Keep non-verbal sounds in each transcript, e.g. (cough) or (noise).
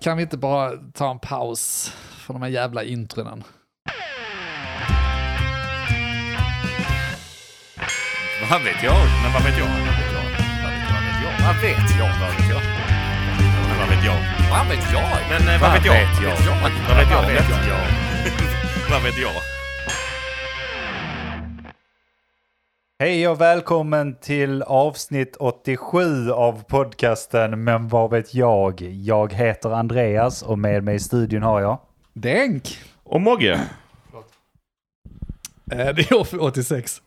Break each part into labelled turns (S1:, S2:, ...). S1: Kan vi inte bara ta en paus från de här jävla intronen?
S2: Vad vet jag? Men vad vet jag? Vad vet jag? Vad vet jag? Vad vet jag? Men vad vet jag? Vad vet jag? Men eh, vad vet jag? eh, Vad vet jag? Vad vet jag? (laughs) Vad vet jag?
S3: Hej och välkommen till avsnitt 87 av podcasten Men vad vet jag? Jag heter Andreas och med mig i studion har jag.
S1: Denk!
S4: Och Mogge,
S1: Eh, Det är år för 86.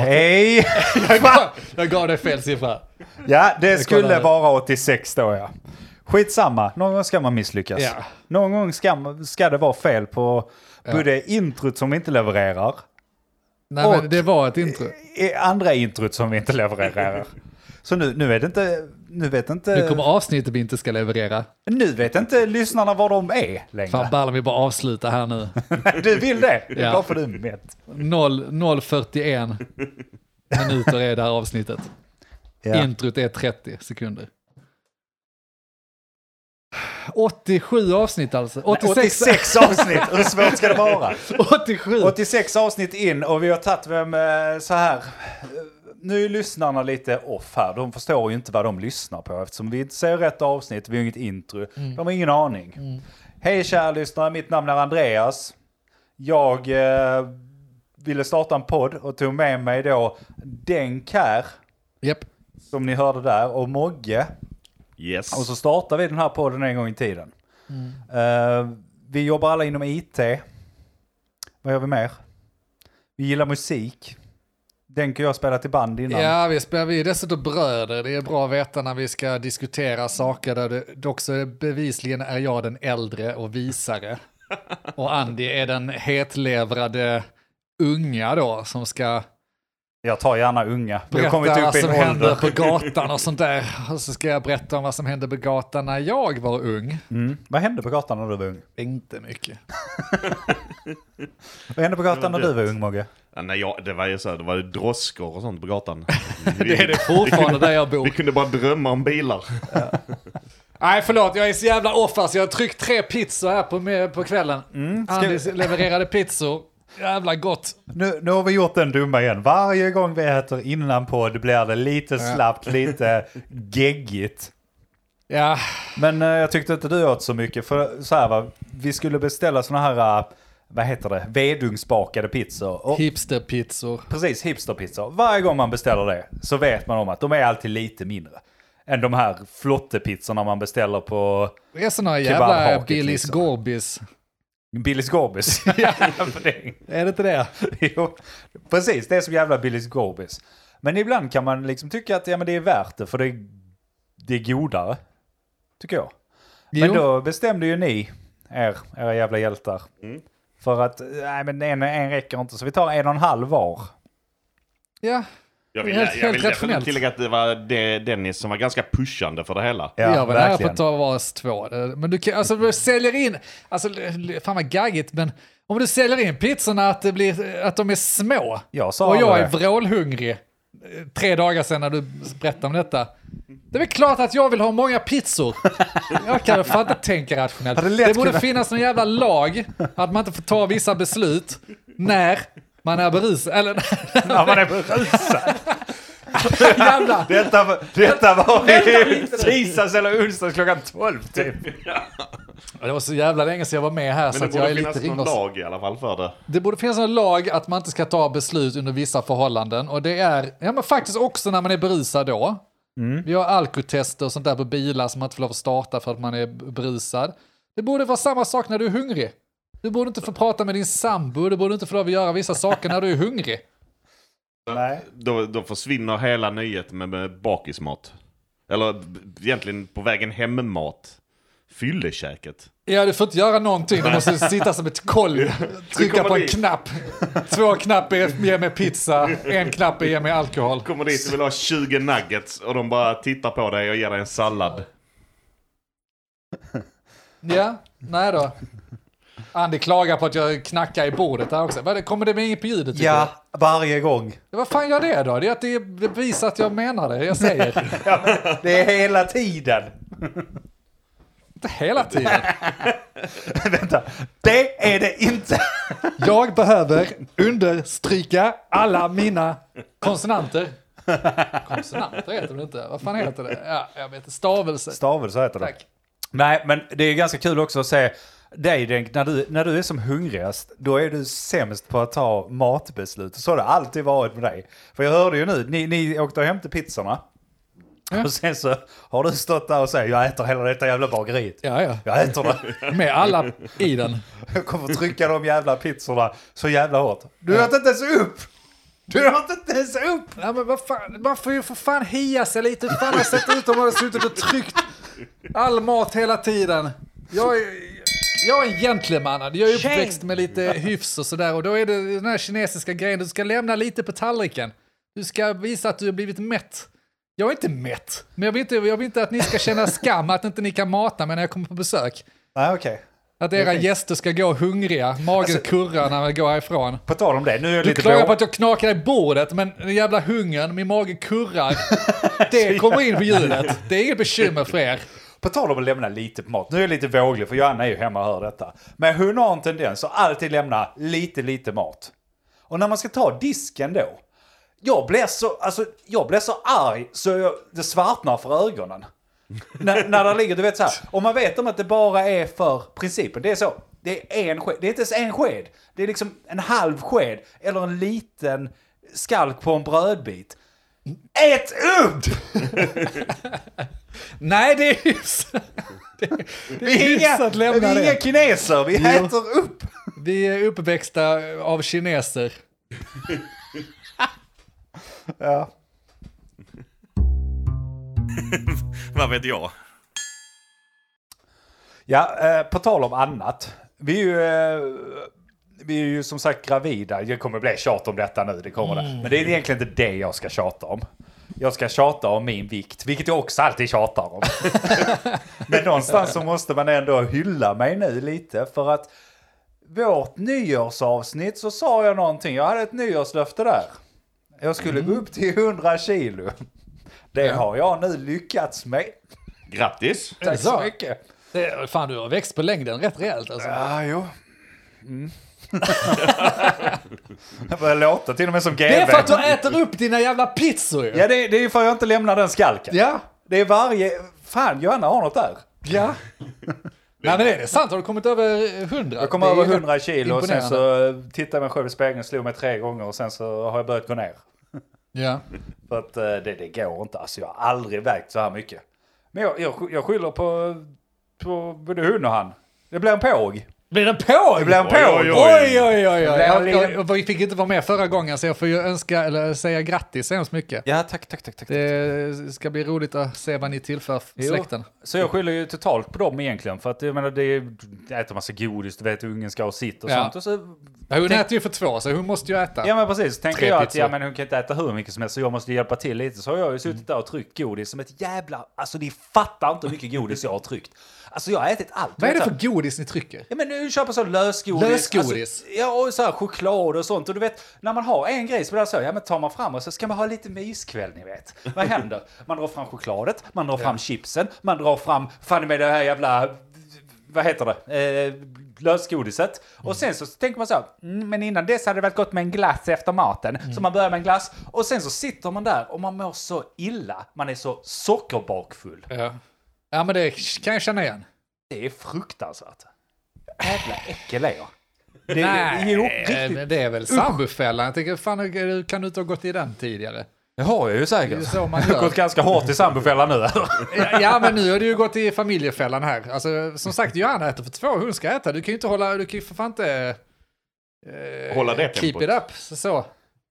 S2: (laughs)
S3: Hej!
S1: jag gav dig fel siffra.
S3: Ja, det
S1: kollar
S3: skulle
S1: nu.
S3: vara 86 då ja. Skitsamma, någon gång ska man misslyckas.
S1: Ja.
S3: Någon gång ska, ska det vara fel på både introt som vi inte levererar,
S1: Nej,
S3: Och-
S1: men det var ett intro.
S3: i- andra introt som vi inte levererar. Så nu, nu är det inte, nu vet
S1: Nu
S3: inte,
S1: kommer avsnittet vi inte ska leverera.
S3: nu vet inte lyssnarna var de är
S1: Fan
S3: längre.
S1: ballen vi bara avsluta här nu.
S3: (laughs) Du vill det? Det är
S1: Ja.
S3: bara för du är mätt.
S1: 0, 0,41 minuter är det här avsnittet.
S3: Ja.
S1: Introt är 30 sekunder. 87 avsnitt alltså. 86,
S3: 86 avsnitt, hur svårt ska det vara?
S1: 87.
S3: 86 avsnitt in och vi har tagit vem eh, så här. Eh, Nu är lyssnarna lite off här, de förstår ju inte vad de lyssnar på eftersom vi inte ser rätt avsnitt, vi har inget intro, de har ingen aning. Hej kära lyssnare, mitt namn är Andreas. Jag eh, ville starta en podd och tog med mig då Denk här,
S1: Japp.
S3: som ni hörde där, och Mogge.
S4: yes.
S3: Och så startade vi den här podden en gång i tiden.
S1: Mm.
S3: Eh, vi jobbar alla inom IT. Vad gör vi mer? Vi gillar musik. Den kan jag spela till band innan.
S1: Ja, vi spelar vi är dessutom bröder. Det är bra att veta när vi ska diskutera saker där det, dock så är bevisligen är jag den äldre och visare. Och Andy är den hetlevrade unga då som ska
S3: Jag tar gärna unga. Vi har
S1: berätta
S3: kommit upp
S1: vad
S3: i en
S1: som hände
S3: ålder.
S1: på gatan och sånt där. Och så ska jag berätta om vad som hände på gatan när jag var ung.
S3: Mm. Vad hände på gatan när du var ung?
S1: Inte mycket.
S3: Vad hände på gatan när
S4: var
S3: du var ung, Mogge?
S4: Ja, nej, jag, det var ju så här, det var ju droskor och sånt på gatan.
S1: (laughs) Det är det fortfarande där jag bor.
S4: Vi kunde bara drömma om bilar.
S1: Nej, förlåt, jag är så jävla off alltså. Jag har tryckt tre pizzor här på, på kvällen.
S3: Mm,
S1: Andy levererade pizzor. Jävla gott.
S3: Nu, nu har vi gjort den dumma igen. Varje gång vi äter innan podd blir det lite slappt, lite geggigt.
S1: Ja,
S3: Men eh, jag tyckte inte du åt så mycket. För så här va, vi skulle beställa såna här, eh, vad heter det, vedugnsbakade pizzor. Och,
S1: hipsterpizzor.
S3: precis, hipsterpizzor. Varje gång man beställer det så vet man om att de är alltid lite mindre. Än de här flottepizzorna man beställer på
S1: Det är såna jävla
S3: Kebabhaket,
S1: Billis
S3: liksom.
S1: Gorbis.
S3: Billys Gorbis. (laughs) Ja, för det-
S1: Är det inte det?
S3: jo, precis, det är som jävla Billys Gorbis. Men ibland kan man liksom tycka att ja, men det är värt det för det är, det är godare. Tycker jag. Men
S1: Jo,
S3: då bestämde ju ni er, era jävla hjältar. För att, nej men en, en räcker inte, så vi tar en och en halv var.
S1: ja.
S4: Jag
S1: Helt-
S4: jag
S1: helt
S4: vill därför
S1: rationellt.
S4: tillägga att det var det, Dennis som var ganska pushande för det hela.
S1: ja jag var nära på att ta vars två. Men du kan, alltså du säljer in, alltså fan vad gaggigt, men om du säljer in pizzorna att, det blir, att de är små
S3: Jag sa
S1: och jag
S3: det.
S1: är vrålhungrig eh, tre dagar sedan när du berättade om detta. Det är väl klart att jag vill ha många pizzor. Jag kan fan inte tänka rationellt.
S3: Hade
S1: Det,
S3: lätt
S1: borde
S3: kunnat-
S1: finnas någon jävla lag att man inte får ta vissa beslut när man är berusad. Eller
S3: (laughs) Ja, man är berusad.
S1: jävla...
S3: Detta, var- detta var i tisdags eller onsdags klockan 12 typ.
S1: (laughs) Ja, Det var så jävla länge sedan jag var med här så
S4: Men
S1: att
S4: det
S1: jag
S4: borde
S1: är lite
S4: finnas någon
S1: ringrostig.
S4: lag i alla fall för det.
S1: Det borde finnas en lag att man inte ska ta beslut under vissa förhållanden. Och det är ja, men faktiskt också när man är berusad då. Vi har alkotester och sånt där på bilar som man inte får lov att starta för att man är berusad. Det borde vara samma sak när du är hungrig. Du borde inte få prata med din sambo, du borde inte få lov att göra vissa saker när du är hungrig.
S3: Nej.
S4: Då, då försvinner hela nöjet med, med bakismat. Eller b- egentligen på vägen hem-mat. Fyllekäket.
S1: Ja, du får inte göra någonting, du måste sitta som ett kolv. Trycka
S4: kommer
S1: på en
S4: dit.
S1: knapp. Två knappar är ge mig pizza, en knapp är ge mig alkohol.
S4: Kommer dit och vill ha 20 nuggets och de bara tittar på dig och ger dig en sallad.
S1: Ja, nej då. Andy klagar på att jag knackar i bordet här också. Vad är det- Kommer det med inget på ljudet? tycker
S3: Ja, Varje gång.
S1: Vad fan gör det då? Det är att det det visar att jag menar det jag säger.
S3: Ja, men det är hela tiden.
S1: Inte hela tiden.
S3: Vänta, det är det inte.
S1: Jag behöver understryka alla mina konsonanter. Konsonanter heter det inte? Vad fan heter det? Ja, jag vet inte. Stavelse.
S3: Stavelse heter det.
S1: Tack.
S3: Nej, men det är ganska kul också att se dig Denk, när du, när du är som hungrigast, då är du sämst på att ta matbeslut. Så har det alltid varit med dig. För jag hörde ju nu, ni, ni åkte hem till pizzorna.
S1: Ja.
S3: Och sen så har du stått där och säger jag äter hela detta jävla bageriet.
S1: Ja, ja.
S3: Jag äter det.
S1: Med alla i den.
S3: Jag kommer trycka de jävla pizzorna så jävla hårt. Du åt inte ens upp! Du åt inte ens upp!
S1: Ja, men vad fan, man får ju för fan hia sig lite. Hur fan har det sett ut om man hade suttit och tryckt all mat hela tiden? Jag är, jag är en gentleman. Jag är uppväxt med lite hyfs och sådär. Och då är det den här kinesiska grejen. Du ska lämna lite på tallriken. Du ska visa att du har blivit mätt. Jag är inte mätt. Men jag vill inte, jag vill inte att ni ska känna skam att inte ni kan mata mig när jag kommer på besök.
S3: Nej okej.
S1: Att era gäster ska gå hungriga, magen kurrar när vi går härifrån.
S3: På tal om det, nu är jag
S1: Du
S3: lite
S1: klagar
S3: blå-
S1: på att jag knakar i bordet, men den jävla hungern, min mage kurrar. Det kommer in på hjulet. Det är inget bekymmer för er.
S3: På tal om att lämna lite på mat. Nu är jag lite våglig för Johanna är ju hemma och hör detta. Men hon har en tendens att alltid lämna lite, lite mat. Och när man ska ta disken då. Jag blir så, alltså, jag blir så arg så jag, det svartnar för ögonen. när, när det ligger, du vet så här. Och man vet om att det bara är för principen. Det är så. Det är en sked. Det är inte ens en sked. Det är liksom en halv sked. Eller en liten skalk på en brödbit. Ät upp!
S1: Nej, det är hyfs. Det är, det är
S3: Vi är
S1: hyfs
S3: inga,
S1: att lämna
S3: vi är inga
S1: det.
S3: kineser, vi äter upp.
S1: Vi är uppväxta av kineser.
S3: Ja.
S2: Vad vet jag?
S3: Ja, eh, på tal om annat. Vi är ju, eh, vi är ju som sagt gravida. Jag kommer bli tjat om detta nu, det kommer det. Men det är egentligen inte det jag ska tjata om. Jag ska tjata om min vikt, vilket jag också alltid tjatar om. (laughs) Men någonstans så måste man ändå hylla mig nu lite för att vårt nyårsavsnitt så sa jag någonting. Jag hade ett nyårslöfte där. Jag skulle gå upp till 100 kilo. Det har jag nu lyckats med.
S4: Grattis!
S3: Tack så
S1: så.
S3: mycket.
S1: Alltså, Det är, fan, du har växt på längden rätt rejält alltså.
S3: Ja, jo. Mm. (laughs) jag börjar låta till och med som GV.
S1: Det är för att du äter upp dina jävla pizzor ju.
S3: Ja, det, det är för att jag inte lämnar den skalken.
S1: Ja.
S3: Det är varje... Fan, Johanna har något där.
S1: Ja. Nej, men det är sant. Har du kommit över 100?
S3: Jag kom över 100 kilo och sen
S1: imponerande.
S3: så eh, tittade jag mig själv i spegeln slog mig tre gånger och sen så har jag börjat gå ner.
S1: Ja.
S3: För att eh, det, det går inte. Alltså jag har aldrig vägt så här mycket. Men jag, jag, sk- jag skyller på, på både hon och han. Det blir en påg.
S1: Blir den på?
S3: Det blir en
S4: Oj,
S3: påg.
S4: oj,
S1: Oj, oj, oj, oj.
S3: blev
S1: Jag,
S3: lite-
S1: jag, jag fick inte vara med förra gången så jag får ju önska, eller säga grattis så hemskt mycket.
S3: Ja, tack, tack, tack. tack.
S1: Det ska bli roligt att se vad ni tillför
S3: Jo.
S1: släkten.
S3: Så jag skyller ju totalt på dem egentligen. För att jag menar, det är, jag äter massa godis, du vet hur ungen ska ha sitt och
S1: Ja.
S3: sånt. Och så,
S1: Ja, hon äter ju för två så hon måste ju äta.
S3: ja men precis, så tänker
S1: Tre
S3: jag att
S1: pizzor.
S3: ja, men hon kan inte äta hur mycket som helst så jag måste hjälpa till lite. Så har jag ju
S1: Mm.
S3: suttit där och tryckt godis som ett jävla... Alltså ni fattar inte hur mycket godis jag har tryckt. Alltså jag har ätit allt.
S1: Vad är det
S3: Du vet,
S1: för godis ni trycker?
S3: Ja men nu köper så lösgodis.
S1: Lösgodis.
S3: Alltså, ja och så här choklad och sånt. Och du vet, när man har en grej så blir det så, ja men tar man fram och så ska man ha lite myskväll ni vet. Vad händer? Man drar fram chokladet, man drar fram chipsen, man drar fram, fan med det här jävla, vad heter det, eh, lösgodiset. Och sen så tänker man så, mm, men innan dess hade det varit gott med en glass efter maten. Så man börjar med en glass och sen så sitter man där och man mår så illa. Man är så sockerbakfull.
S1: Ja. ja, men det kan jag känna igen.
S3: Det är fruktansvärt. Jävla äckel är jag. Det,
S1: Nej,
S3: jo,
S1: men
S3: riktigt.
S1: det är väl sambofällan. Jag tänker, fan hur kan du inte ha gått i den tidigare?
S3: Det har jag ju
S1: Det är
S3: säkert.
S1: så man
S3: Jag har
S1: gör.
S3: gått ganska hårt i sambofällan nu.
S1: Ja, ja, men nu har du ju gått i familjefällan här. Alltså, som sagt, Johanna äter för två, hon ska äta. Du kan ju inte hålla, du kan ju för fan inte... eh,
S4: Hålla det
S1: Keep
S4: tempot.
S1: it up, så. så.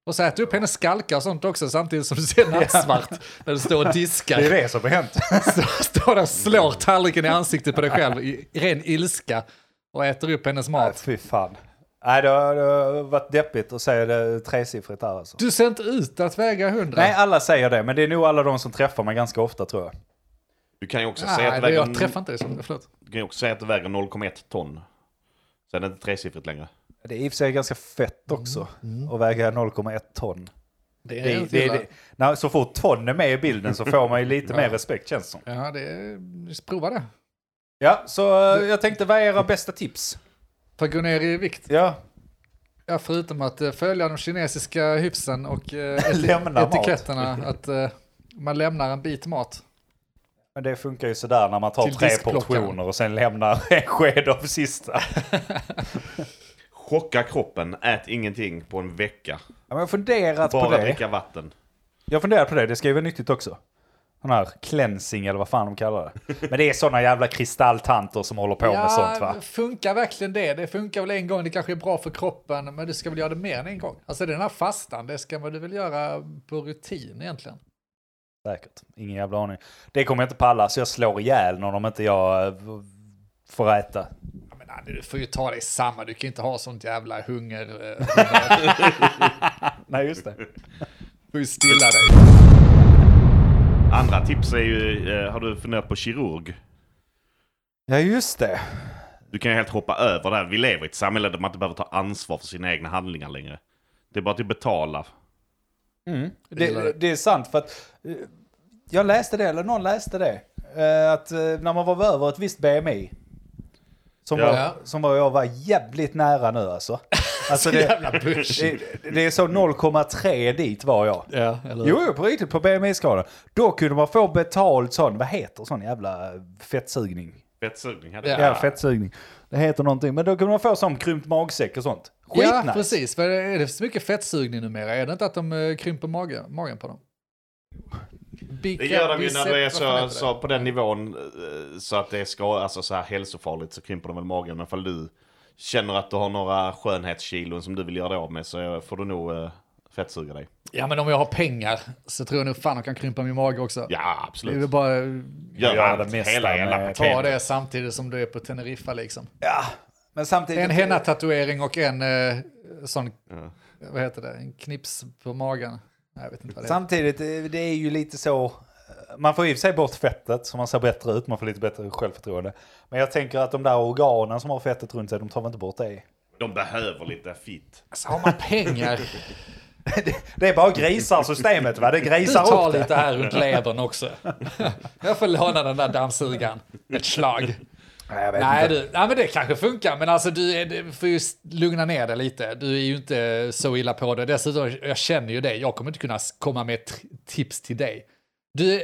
S1: Och så äter du upp hennes skalkar och sånt också samtidigt som du ser nattsvart när du står och diskar.
S3: Det är det som har hänt.
S1: Så står där och slår tallriken i ansiktet på dig själv i ren ilska och äter upp hennes mat.
S3: Fy fan. Nej, det har, det har varit deppigt att säga det tresiffrigt där alltså.
S1: Du ser inte ut att väga 100.
S3: Nej, alla säger det, men det är nog alla de som träffar mig ganska ofta tror jag.
S4: Du kan ju också
S1: Nej,
S4: säga att
S1: Ah, det-
S4: det väger,
S1: jag träffar inte dig så. Förlåt.
S4: du kan ju också säga att det väger 0,1 ton. Så är det inte tresiffrigt längre.
S3: Det är i och för sig ganska fett också och väger 0,1 ton.
S1: Det
S3: Mm. Det, det, det, när, så fort ton är med i bilden så får man ju (laughs) lite mer respekt känns det som.
S1: Ja, det är... Prova det.
S3: Ja, så eh, jag tänkte vad är era bästa tips?
S1: För att gå ner i vikt.
S3: Ja,
S1: Ja, förutom att eh, följa de kinesiska hyfsen och
S3: (laughs)
S1: eh, eti-
S3: Lämna mat.
S1: etiketterna. Att eh, man lämnar en bit mat.
S3: men det funkar ju sådär när man tar
S1: Till
S3: tre
S1: diskplockaren.
S3: portioner och sen lämnar (laughs) en sked av sista.
S4: Chocka kroppen, ät ingenting på en vecka.
S3: Ja, men jag har funderat på
S4: Bara
S3: det.
S4: dricka vatten.
S3: Jag funderar på det, det ska ju vara nyttigt också. Den här cleansing eller vad fan de kallar det. Men det är sådana jävla kristalltanter som håller på med sånt va?
S1: funkar verkligen det? Det funkar väl en gång, det kanske är bra för kroppen, men du ska väl göra det mer än en gång? Alltså den här fastan, det ska man väl göra på rutin egentligen?
S3: Säkert. Ingen jävla aning. Det kommer jag inte palla så jag slår ihjäl någon om inte jag eh, v- får äta.
S1: Ja, men Andy, du får ju ta dig samma, du kan ju inte ha sånt jävla hunger. eh,
S3: (laughs) Nej just det.
S1: Du får ju stilla dig.
S4: Andra tips är ju, eh, har du funderat på kirurg?
S3: Ja just det.
S4: Du kan ju helt hoppa över där. Vi lever i ett samhälle där man inte behöver ta ansvar för sina egna handlingar längre. Det är bara att betala.
S1: gillar
S3: Det,
S1: det.
S3: det är sant för att eh, jag läste det, eller någon läste det. eh, Att eh, när man var över ett visst BMI. Som,
S4: Ja.
S1: Ja.
S3: var, som var jag var jävligt nära nu alltså. alltså det,
S1: Jävla bush.
S3: det, det är så 0,3 dit var jag.
S1: Ja, eller
S3: Jo, jo, på riktigt på BMI-skalan. Då kunde man få betalt sån, vad heter sån jävla fettsugning?
S4: Fettsugning hade
S1: Ja.
S4: jag.
S3: Ja, fettsugning. Det heter någonting. Men då kunde man få sån krympt magsäck och sånt. Skitnice!
S1: Ja, precis. För är det så mycket fettsugning numera? Är det inte att de eh, krymper mage, magen på dem? Bicep,
S4: Det gör de ju när
S1: bicep,
S4: det är
S1: vad fan heter
S4: så,
S1: det?
S4: så på den nivån eh, så att det är ska, alltså så här hälsofarligt så krymper de väl magen. Men ifall du känner att du har några skönhetskilon som du vill göra dig av med så får du nog eh, fettsuga dig.
S1: Ja, men om jag har pengar så tror jag nog fan de kan krympa min mage också.
S4: Ja,
S1: Det är väl
S4: absolut.
S1: bara
S4: Gör
S3: Ja,
S4: allt,
S3: det mesta
S4: hela jävla
S3: med-
S1: Ta
S4: paketet.
S1: det samtidigt som du är på Teneriffa liksom.
S3: Men samtidigt...
S1: En henna-tatuering och en eh, sån, vad heter det, en knips på magen. Nej, Jag vet inte vad det
S3: Samtidigt, eh, det är ju lite så... eh, Man får i och för sig bort fettet så man ser bättre ut, man får lite bättre självförtroende. Men jag tänker att de där organen som har fettet runt sig, de tar väl inte bort det?
S4: De behöver lite fitt.
S1: heter. Har man
S4: (laughs)
S1: pengar,
S3: Det är bara grisar systemet va? Det
S1: du
S3: grisar
S1: tar
S3: upp det.
S1: lite här runt levern också. (laughs) Jag får låna den där dammsugaren ett slag.
S3: Nej, jag vet
S1: Nej,
S3: inte.
S1: du, nej, men det kanske funkar, men alltså du, är, du får ju s- lugna ner dig lite. Du är ju inte så illa på det. Dessutom, jag känner ju dig. Jag kommer inte kunna s- komma med ett tri- tips till dig. Du, är-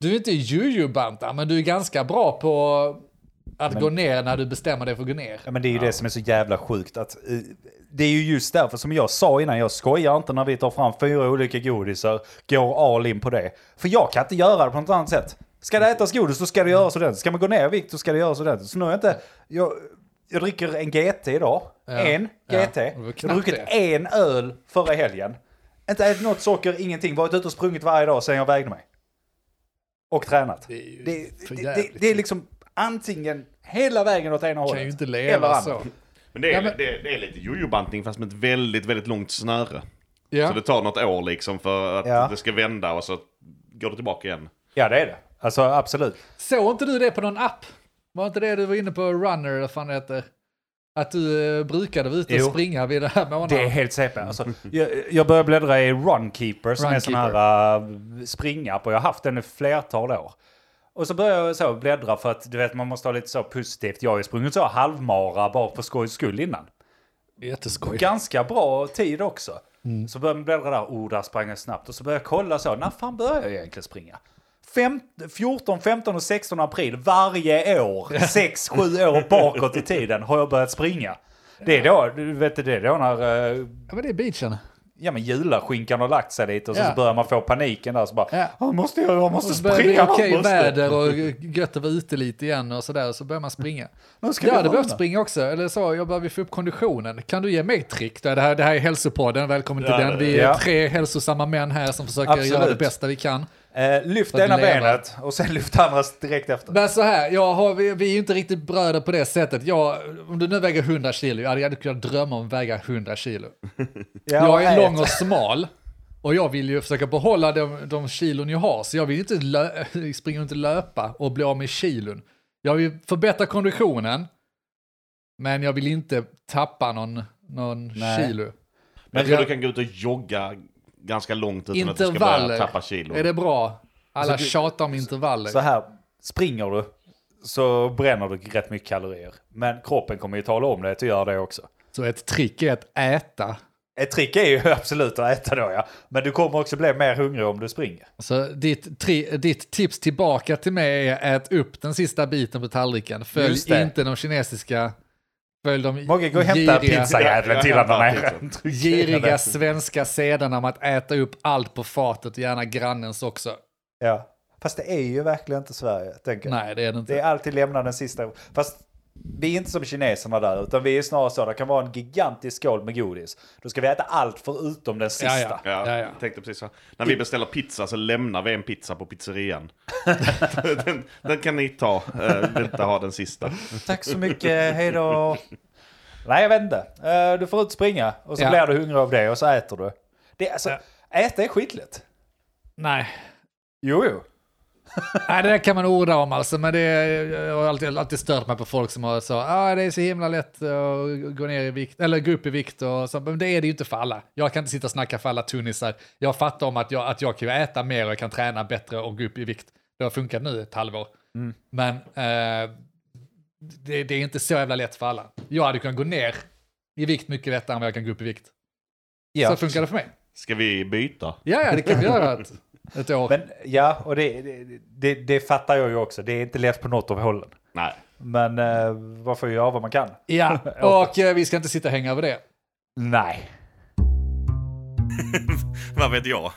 S1: du är inte juju-banta, men du är ganska bra på att gå ner när du bestämmer dig för att gå ner.
S3: Ja, men det är ju det som är så jävla sjukt. Att, eh, det är ju just därför som jag sa innan, jag skojar inte när vi tar fram fyra olika godisar, går all in på det. För jag kan inte göra det på något annat sätt. Ska det ätas godis så ska det göras ordentligt. Ska man gå ner i vikt så ska det göras ordentligt. Så nu är jag inte... Jag, jag dricker en GT idag. En
S1: Ja.
S3: GT.
S1: Det var knappt
S3: Jag har druckit
S1: det.
S3: en öl förra helgen. Inte ätit något socker, ingenting. Varit ute och sprungit varje dag sedan jag vägde mig. Och tränat. Det
S1: ju
S3: det,
S1: för
S3: det, det,
S1: jävligt.
S3: är liksom antingen hela vägen åt ena hållet.
S1: Du kan ju inte
S3: eller
S1: leva
S3: andra.
S1: så.
S4: Men det är,
S1: Ja, men-
S4: Det, det är lite jojo-bantning fast med ett väldigt, väldigt långt snöre. Så
S1: Ja.
S4: det tar något år liksom för att
S3: Ja.
S4: det ska vända och så går det tillbaka igen.
S3: Ja, det är det. Alltså absolut.
S1: Såg inte du det på någon app? Var inte det du var inne på, Runner, eller vad fan det heter? Att du eh, brukade vara ute och
S3: Jo.
S1: springa vid den här månaden.
S3: Det är helt CP. Alltså, jag, jag börjar bläddra i Runkeeper som är en sån
S1: Runkeeper.
S3: här uh, springapp och jag har haft den i flertal år. Och så börjar jag så bläddra för att du vet man måste ha lite så positivt. Jag har ju sprungit så halvmara bara för skojs skull innan.
S1: Jätteskoj.
S3: Ganska bra tid också. Så börjar man bläddra där, oh där sprang jag snabbt. Och så börjar jag kolla så, när fan börjar jag egentligen springa? Fem, 14, 15 och 16 april
S1: (laughs)
S3: varje år, 6, 7 år bakåt i tiden har jag börjat springa. Det är då, du vet det är då när eh,
S1: Ja, men det är beachen.
S3: ja, men julaskinkan har lagt sig lite och så,
S1: Ja.
S3: så börjar man få paniken där. Så bara,
S1: Ja.
S3: "Åh, måste jag, jag måste
S1: Och så börjar det bli
S3: springa. man
S1: okej
S3: måste."
S1: väder och gött att vara ute lite igen och sådär, så börjar man springa.
S3: Nu ska
S1: Jag
S3: vi
S1: hade
S3: landa.
S1: behövt springa också, eller så, jag behöver få upp konditionen. Kan du ge mig ett trick? Det här, det här är hälsopodden, välkommen till
S4: Ja,
S1: den.
S4: det-
S1: Vi är
S3: ja.
S1: tre hälsosamma män här som försöker göra det
S3: Absolut.
S1: bästa vi kan.
S3: Eh, lyft
S1: att
S3: ena
S1: leva.
S3: benet och sen lyft andra direkt efter.
S1: Men så här, jag har, vi, vi är ju inte riktigt bröder på det sättet. Jag, om du nu väger 100 kilo, jag hade jag kunnat drömma om att väga 100 kilo.
S3: Ja,
S1: jag är
S3: ät.
S1: lång och smal. Och jag vill ju försöka behålla de, de kilon jag har, så jag vill inte lö- (laughs) springa runt och löpa och bli av med kilon. Jag vill förbättra konditionen, men jag vill inte tappa någon någon
S3: Nej.
S1: kilo.
S4: Men jag tror
S1: jag-
S4: du kan gå ut och jogga ganska långt utan att du ska
S1: Intervaller,
S4: börja tappa kilo.
S1: är det bra? Alla tjatar om intervaller.
S3: Så här, springer du så bränner du rätt mycket kalorier. Men kroppen kommer ju tala om dig att göra det också.
S1: Så ett trick är att äta.
S3: Ett trick är ju (laughs) absolut att äta då ja. Men du kommer också bli mer hungrig om du springer.
S1: Så ditt, tri, ditt tips tillbaka till mig är ät upp den sista biten på tallriken. Följ
S3: Just det.
S1: inte de kinesiska, följ de
S3: Mogge, gå och hämta pizzajäveln
S4: Jag
S3: till honom.
S4: hämtar
S3: här. (laughs)
S1: giriga svenska sederna om att äta upp allt på fatet, gärna grannens också.
S3: Ja. Fast det är ju verkligen inte Sverige, tänker jag.
S1: Nej, det är det inte.
S3: Det är alltid lämna den sista. Fast vi är inte som kineserna där, utan vi är snarare så. Det kan vara en gigantisk skål med godis. Då ska vi äta allt förutom den sista.
S1: Ja, ja.
S4: Ja,
S1: ja.
S4: jag tänkte precis så. När vi beställer pizza så lämnar vi en pizza på pizzerian. den, den kan ni ta, eh, vill inte ha den sista.
S3: Tack så mycket, hej då. Nej, jag vet inte. Eh, Du får ut springa och så
S1: Ja.
S3: blir du hungrig av det och så äter du. Det, är alltså, Äta är skitlätt.
S1: Nej.
S3: Jo, jo.
S1: Nej, det där kan man orda om alltså, men det jag har alltid, alltid stört mig på folk som har så, ah, det är så himla lätt att gå ner i vikt, eller gå upp i vikt och så, men det är det ju inte för alla. Jag kan inte sitta och snacka för alla tunnisar. Jag fattar om att jag, att jag kan ju äta mer och jag kan träna bättre och gå upp i vikt. Det har funkat nu ett halvår.
S3: Mm.
S1: Men eh, det, det är inte så jävla lätt för alla. Jag hade kunnat gå ner i vikt mycket lättare än vad jag kan gå upp i vikt.
S3: Ja.
S1: Så funkar det för mig.
S4: Ska vi byta?
S1: Ja, ja, det kan vi göra ett, ett år.
S3: Men ja, och det, det, det, det fattar jag ju också. Det är inte lätt på något av hållen.
S4: Nej.
S3: Men eh, man får ju göra vad man kan. (laughs)
S1: ja, och eh, vi ska inte sitta och hänga över det.
S3: Nej.
S2: Vad vet jag?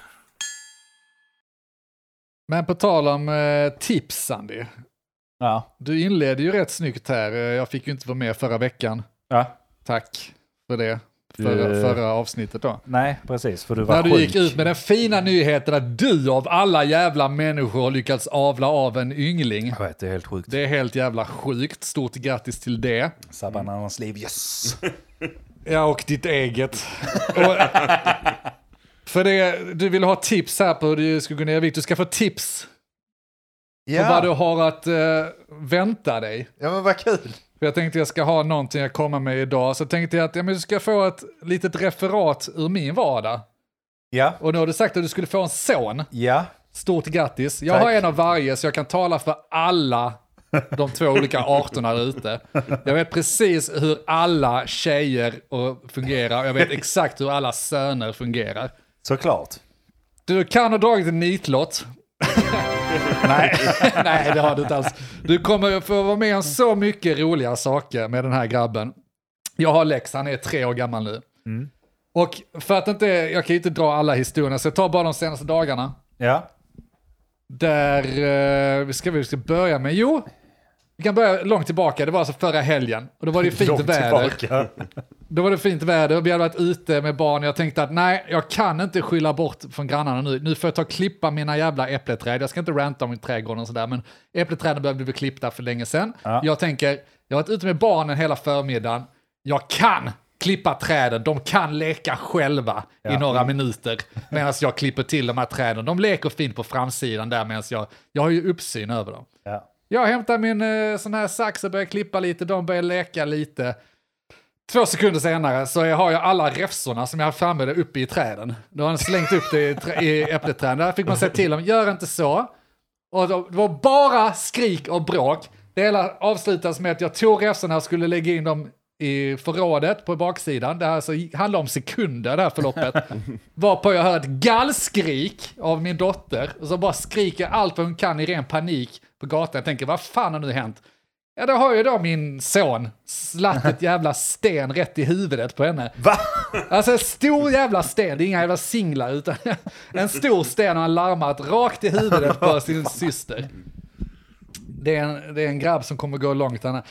S1: Men på tal om eh, tips, Sandy.
S3: Ja.
S1: Du inledde ju rätt snyggt här. Eh, Jag fick ju inte vara med förra veckan.
S3: ja.
S1: Tack för det. Förra,
S3: Eh.
S1: förra avsnittet då.
S3: Nej, precis. För du var
S1: När du
S3: sjuk.
S1: gick ut med den fina nyheten att du av alla jävla människor har lyckats avla av en yngling.
S3: Jag vet, det är helt sjukt.
S1: Det är helt jävla sjukt. Stort grattis till det.
S3: Sabbar en annans
S1: (laughs)
S3: liv, yes!
S1: Ja, och ditt eget. (laughs) och, för det, du vill ha tips här på hur du ska gå ner i vikt. Du ska få tips på vad du har att eh, vänta dig.
S3: ja, men vad kul!
S1: För jag tänkte jag ska ha någonting jag kommer med idag. Så tänkte jag att ja, men du ska få ett litet referat ur min vardag.
S3: Ja,
S1: Och nu har du sagt att du skulle få en son.
S3: ja.
S1: Stort grattis. Jag
S3: Tack.
S1: har en av varje så jag kan tala för alla de två olika arterna där ute. Jag vet precis hur alla tjejer och fungerar och jag vet exakt hur alla söner fungerar.
S3: Såklart.
S1: Du kan ha dragit en
S3: (laughs)
S1: nitlott. Nej. (laughs) Nej, det har du inte alls. Du kommer få vara med om så mycket roliga saker med den här grabben. Jag har Lex, han är tre år gammal nu.
S3: Mm.
S1: Och för att inte, jag kan ju inte dra alla historierna, så jag tar bara de senaste dagarna.
S3: Ja.
S1: Där, eh, ska vi vi ska börja med, jo, vi kan börja långt tillbaka, det var alltså förra helgen. Och då var det ju fint
S3: Långt
S1: väder.
S3: tillbaka.
S1: (laughs) Då var det fint väder och vi hade varit ute med barn. Jag tänkte att nej, jag kan inte skylla bort från grannarna nu. Nu får jag ta och klippa mina jävla äppleträd. Jag ska inte ranta om i trädgården och sådär, men äppleträden behövde bli klippta för länge sedan. Jag tänker, jag har varit ute med barnen hela förmiddagen. Jag kan klippa träden. De kan leka själva i några minuter medan jag klipper till de här träden. De leker fint på framsidan där medan jag, jag har ju uppsyn över dem.
S3: Ja.
S1: Jag hämtar min eh, sån här sax och börjar klippa lite, de börjar leka lite. Två sekunder senare så har jag alla räfsorna som jag hade framme där uppe i träden. Då har han slängt upp det i, trä- i äppleträden. Där fick man säga till dem, gör inte så. Och då, det var bara skrik och bråk. Det hela avslutades med att jag tog räfsorna och skulle lägga in dem i förrådet på baksidan. Det här alltså handlar om sekunder, det här förloppet. Varpå jag hör ett gallskrik av min dotter. Och så bara skriker allt vad hon kan i ren panik på gatan. Jag tänker, vad fan har nu hänt? Ja, då har ju då min son slatt ett jävla sten rätt i huvudet på henne.
S3: Va?
S1: Alltså en stor jävla sten, det är inga jävla singlar utan (laughs) en stor sten har han larmat rakt i huvudet på sin syster. Det är, en, det är en grabb som kommer gå långt. Han är.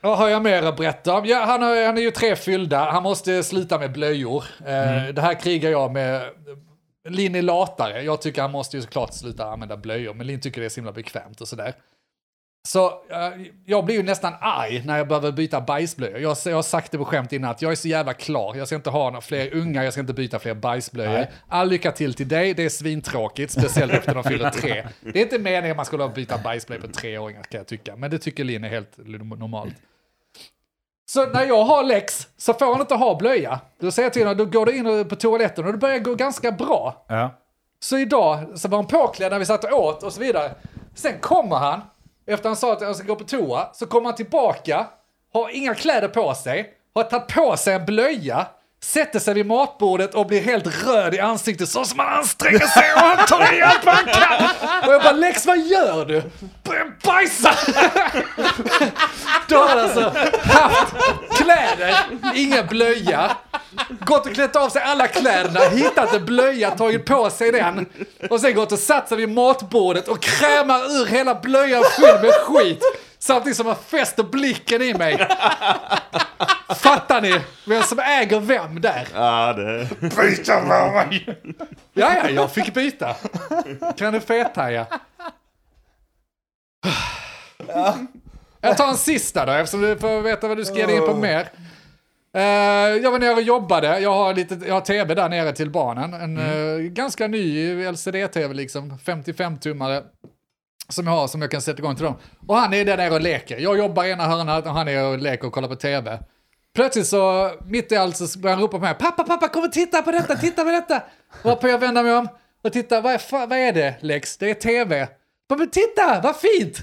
S1: Vad har jag mer att berätta om? Ja, han, har, han är ju tre fyllda, han måste sluta med blöjor. Eh, Det här krigar jag med. Linn är latare, jag tycker han måste ju såklart sluta använda blöjor, men Linn tycker det är så himla bekvämt och sådär. Så eh, jag blir ju nästan arg när jag behöver byta bajsblöjor. Jag, jag har sagt det på skämt innan att jag är så jävla klar. Jag ska inte ha några fler unga, jag ska inte byta fler bajsblöjor. All lycka till till dig, det är svintråkigt, speciellt efter de fyller tre. Det är inte meningen att man skulle byta bajsblöjor på treåringar kan jag tycka, men det tycker Linn är helt normalt. Så när jag har Lex så får han inte ha blöja. Då säger jag till honom, då går du in på toaletten och det börjar gå ganska bra.
S3: Ja.
S1: Så idag så var han påklädd när vi satt och åt och så vidare. Sen kommer han, efter han sa att han ska gå på toa, så kommer han tillbaka, har inga kläder på sig, har tagit på sig en blöja, sätter sig vid matbordet och blir helt röd i ansiktet så som han anstränger sig och han tar i allt vad han kan. Och jag bara Lex vad gör du? Börja bajsa! Då har han alltså haft kläder, ingen blöja, gått och klätt av sig alla kläderna, hittat en blöja, tagit på sig den och sen gått och satt sig vid matbordet och krämar ur hela blöjan full med skit samtidigt som han fäster blicken i mig. Fattar ni vem som äger vem där?
S4: Ja, det...
S3: Byta med mig!
S1: Ja, ja, jag fick byta. Kan du fethaja? Jag tar en sista då, eftersom du får veta vad du ska ge dig in på mer. Eh, jag var nere och jobbade, jag har, lite, jag har tv där nere till barnen. En eh, ganska ny LCD-tv, liksom, 55-tummare. Som jag har, som jag kan sätta igång till dem. Och han är där nere och leker. Jag jobbar i ena hörnan och han är och leker och kollar på tv. Plötsligt så, mitt i allt så börjar han ropa på mig. Pappa, pappa, kom och titta på detta, titta på detta. Varpå jag vänder mig om och tittar. Vad är, fa- vad är det Lex? Det är tv. Pappa, titta, vad fint!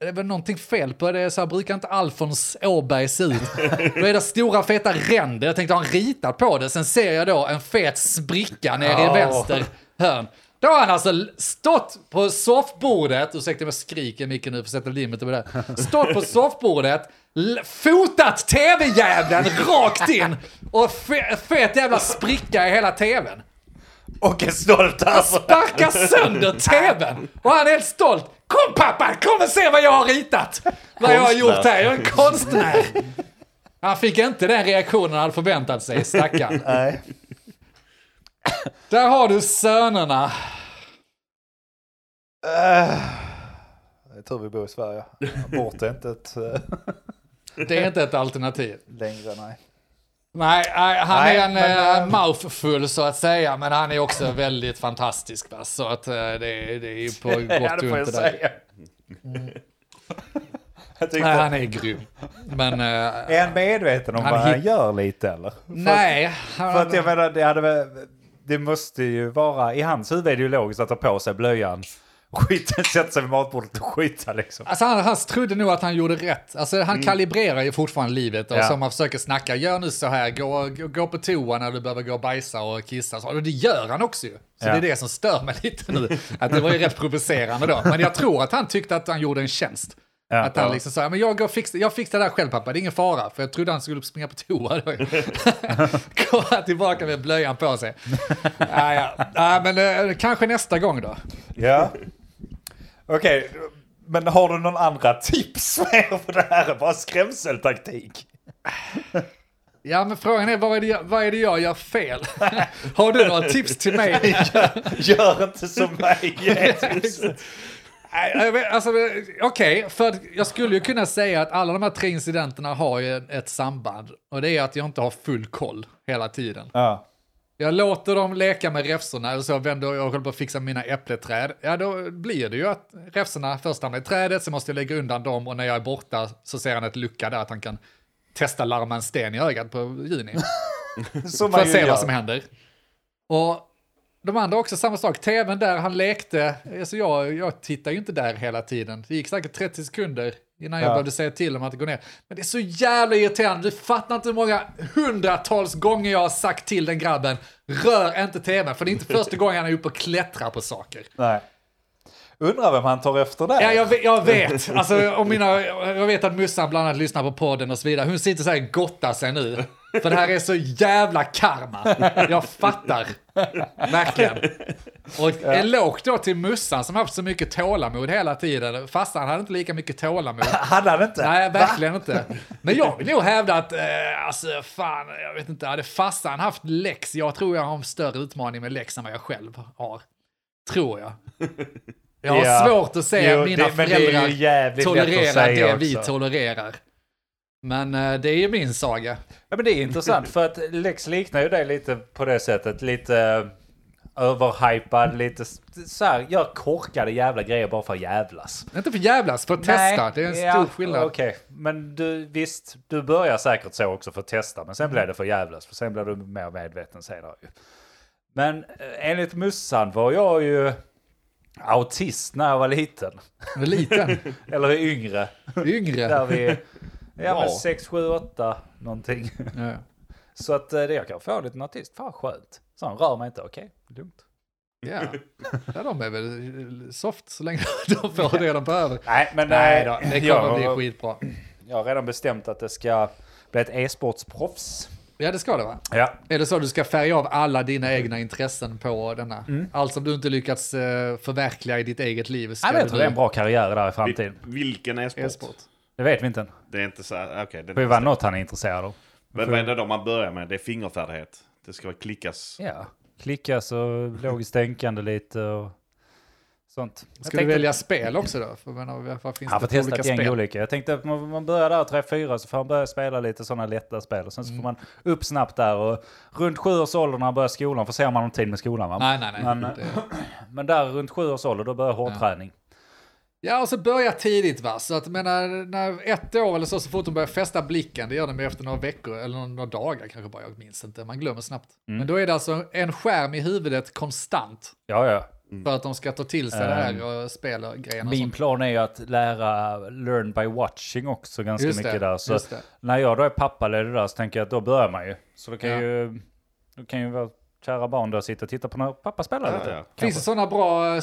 S1: Det är väl någonting fel på det, så här brukar inte Alfons Åberg se ut. Då är det stora feta ränder, jag tänkte har han ritat på det? Sen ser jag då en fet spricka nere i vänster hörn. Då har han alltså stått på soffbordet, ursäkta om jag skriker mycket nu för att sätta limit på det. här. Stått på soffbordet, l- fotat tv-jäveln rakt in och fe- fet jävla spricka i hela tvn
S3: Och är stolt alltså.
S1: sparkar
S3: (laughs)
S1: sönder tvn. Och han är helt stolt. Kom pappa, kom och se vad jag har ritat. Vad jag har gjort här, jag är en konstnär. Han fick inte den reaktionen han hade förväntat sig, stackarn.
S3: Nej.
S1: Där har du sönerna.
S3: Det är tur vi bor i Sverige. Abort är inte ett eh,
S1: Det är inte ett alternativ.
S3: längre, nej.
S1: Nej, nej, han
S3: Nej,
S1: är en
S3: men, eh,
S1: men, mouthful så att säga, men han är också väldigt fantastisk. Va? Så att eh, det, är- det är ju på
S3: (laughs) Ja,
S1: gott
S3: det
S1: och
S3: får jag
S1: ont det där.
S3: säga. (laughs) Jag
S1: Nej,
S3: tyckte,
S1: han är grym.
S3: (laughs)
S1: Men... eh,
S3: är han medveten om
S1: Han
S3: vad han
S1: hit-
S3: gör lite eller?
S1: nej.
S3: För att jag menar, det, hade, väl- det måste ju vara, i hans huvud är det ju logiskt att ta på sig blöjan, skita, (laughs) sätta sig vid matbordet och skita liksom.
S1: Alltså han, han trodde nog att han gjorde rätt. Alltså han kalibrerar ju fortfarande livet och
S3: Mm. Ja.
S1: som han försöker snacka, gör nu så här, gå, gå, gå på toa när du behöver gå och bajsa och kissa. Så, och det gör han också ju. Så
S3: Ja.
S1: det är det som stör mig (laughs) lite nu. Att det var ju rätt provocerande då. Men jag tror att han tyckte att han gjorde en tjänst.
S3: Ja.
S1: att han liksom sa, men jag, går och fixar, jag fixar det här själv pappa, det är ingen fara. För jag trodde han skulle springa på toa (laughs) då. Komma tillbaka med blöjan på
S3: (laughs)
S1: sig. ja, ja. ja, men eh, kanske nästa gång då.
S3: Ja. Okej, men har du någon andra tips (laughs) mer för det här? Bara skrämseltaktik.
S1: Ja, men frågan är vad är det jag, vad är det jag gör fel? (laughs) Har du några tips till mig?
S3: (laughs) Gör inte som
S1: (laughs)
S3: mig. Jesus.
S1: Nej, jag vet- alltså, Okej, för att jag skulle ju kunna säga att alla de här tre incidenterna har ju ett samband. Och det är att jag inte har full koll hela tiden.
S3: ja.
S1: Jag låter dem leka med räfsorna och så vänder jag och håller på att fixa mina äppleträd. Ja, då blir det ju att räfsorna först hamnar i trädet, så måste jag lägga undan dem och när jag är borta så ser han ett lucka där att han kan testa larma en sten i ögat på Juni.
S3: Som
S1: För
S3: man
S1: att
S3: ju
S1: se
S3: gör.
S1: vad som händer. Och de andra också samma sak. Tvn där han lekte, alltså jag, jag tittar ju inte där hela tiden. Det gick säkert 30 sekunder innan jag
S3: Ja.
S1: behövde säga till om att gå ner. Men det är så jävla irriterande. Du fattar inte hur många hundratals gånger jag har sagt till den grabben, rör inte tvn. För det är inte första gången han är uppe och klättrar på saker.
S3: Nej. Undrar vem han tar efter där.
S1: Ja, jag, ve- jag vet. Alltså, om mina, jag vet att Mussan bland annat lyssnar på podden och så vidare. Hon sitter så här och gottar sig nu. För det här är så jävla karma. Jag fattar. Verkligen. Och en låg då till Mussan som haft så mycket tålamod hela tiden. Fassan hade inte lika mycket tålamod.
S3: Hade han inte?
S1: Nej, verkligen inte. Men jag vill nog hävda att, eh, alltså fan, jag vet inte, hade Fassan haft läx, jag tror jag har en större utmaning med läx än vad jag själv har. Tror jag. Jag har
S3: (laughs) Ja.
S1: svårt att se
S3: Jo,
S1: att mina
S3: det- men det är ju
S1: föräldrar
S3: jävligt lätt att
S1: tolererar
S3: säga
S1: det vi
S3: också.
S1: tolererar. Men eh, det är ju min saga.
S3: Ja, men det är intressant för att Lex liknar ju dig lite på det sättet. Lite eh, överhypad, lite s- så här, gör korkade jävla grejer bara för att jävlas.
S1: Inte för jävlas, för att testa. Det är en stor
S3: ja,
S1: skillnad.
S3: Okej, men du, visst, du börjar säkert så också för att testa, men sen blev det för jävlas, för sen blev du mer medveten senare. ju. Men eh, enligt Mussan var jag ju autist när jag var liten,
S1: Du är liten,
S3: eller yngre,
S1: du är yngre.
S3: där vi, (laughs) ja
S4: Ja.
S3: men 6, 7, 8 någonting. (laughs)
S1: Ja.
S3: Så att eh, det jag kan få lite en autist, fan skönt. Så han rör mig inte, okej, lugnt.
S1: Ja. ja, de är väl soft så länge (laughs) de får det de behöver.
S3: Nej, men eh,
S1: Nej då, det kommer
S3: jag,
S1: bli skitbra.
S3: jag har redan bestämt att det ska bli ett e-sportsproffs.
S1: Ja, det ska det va?
S3: Ja,
S1: Är det så du ska färga av alla dina
S3: Mm.
S1: egna intressen på denna? Allt som du inte lyckats eh, förverkliga i ditt eget liv ska
S3: Jag vet
S1: du
S3: hur det är en bra karriär där i framtiden.
S4: Vilken e-sport?
S1: e-sport.
S3: Det vet vi inte än. Det
S4: Det är inte så här, okej. det-
S3: får ju vara något han är intresserad av.
S4: Men vad är det då man börjar med? Det är fingerfärdighet. Det ska vara klickas.
S3: Ja. Klicka så logiskt tänkande lite och sånt. Jag
S1: Ska du
S3: tänkte-
S1: välja spel också då? För, jag menar, vad finns
S3: Han får
S1: det för
S3: testa
S1: olika
S3: ett gäng
S1: spel?
S3: olika. Jag tänkte att man, man börjar där, tre, fyra, så får han börja spela lite sådana lätta spel. Och sen
S1: Mm.
S3: så får man upp snabbt där och runt sju års ålder när han börjar skolan, för ser man om tid med skolan va?
S1: Nej, nej, nej.
S3: Men, eh,
S1: Det-
S3: Men där runt sju års ålder, då börjar hårdträning.
S1: Ja, och så börja tidigt va. Så att jag menar, när ett år eller så, så fort de börjar fästa blicken, det gör de ju efter några veckor eller några, några dagar kanske bara, jag minns inte, man glömmer snabbt.
S3: Mm.
S1: Men då är det alltså en skärm i huvudet konstant
S3: Ja, ja.
S1: för att de ska ta till sig det här eh, och spela grejerna och
S3: Mm. Eh, Min
S1: sånt.
S3: plan är ju att lära learn by watching också ganska
S1: Just det,
S3: mycket där. Så
S1: just det.
S3: när jag då är pappaledig där så tänker jag att då börjar man ju. Så då kan
S1: Ja.
S3: ju, då kan ju våra kära barn då sitta och titta på när pappa spelar lite.
S4: ja.
S1: Finns det sådana bra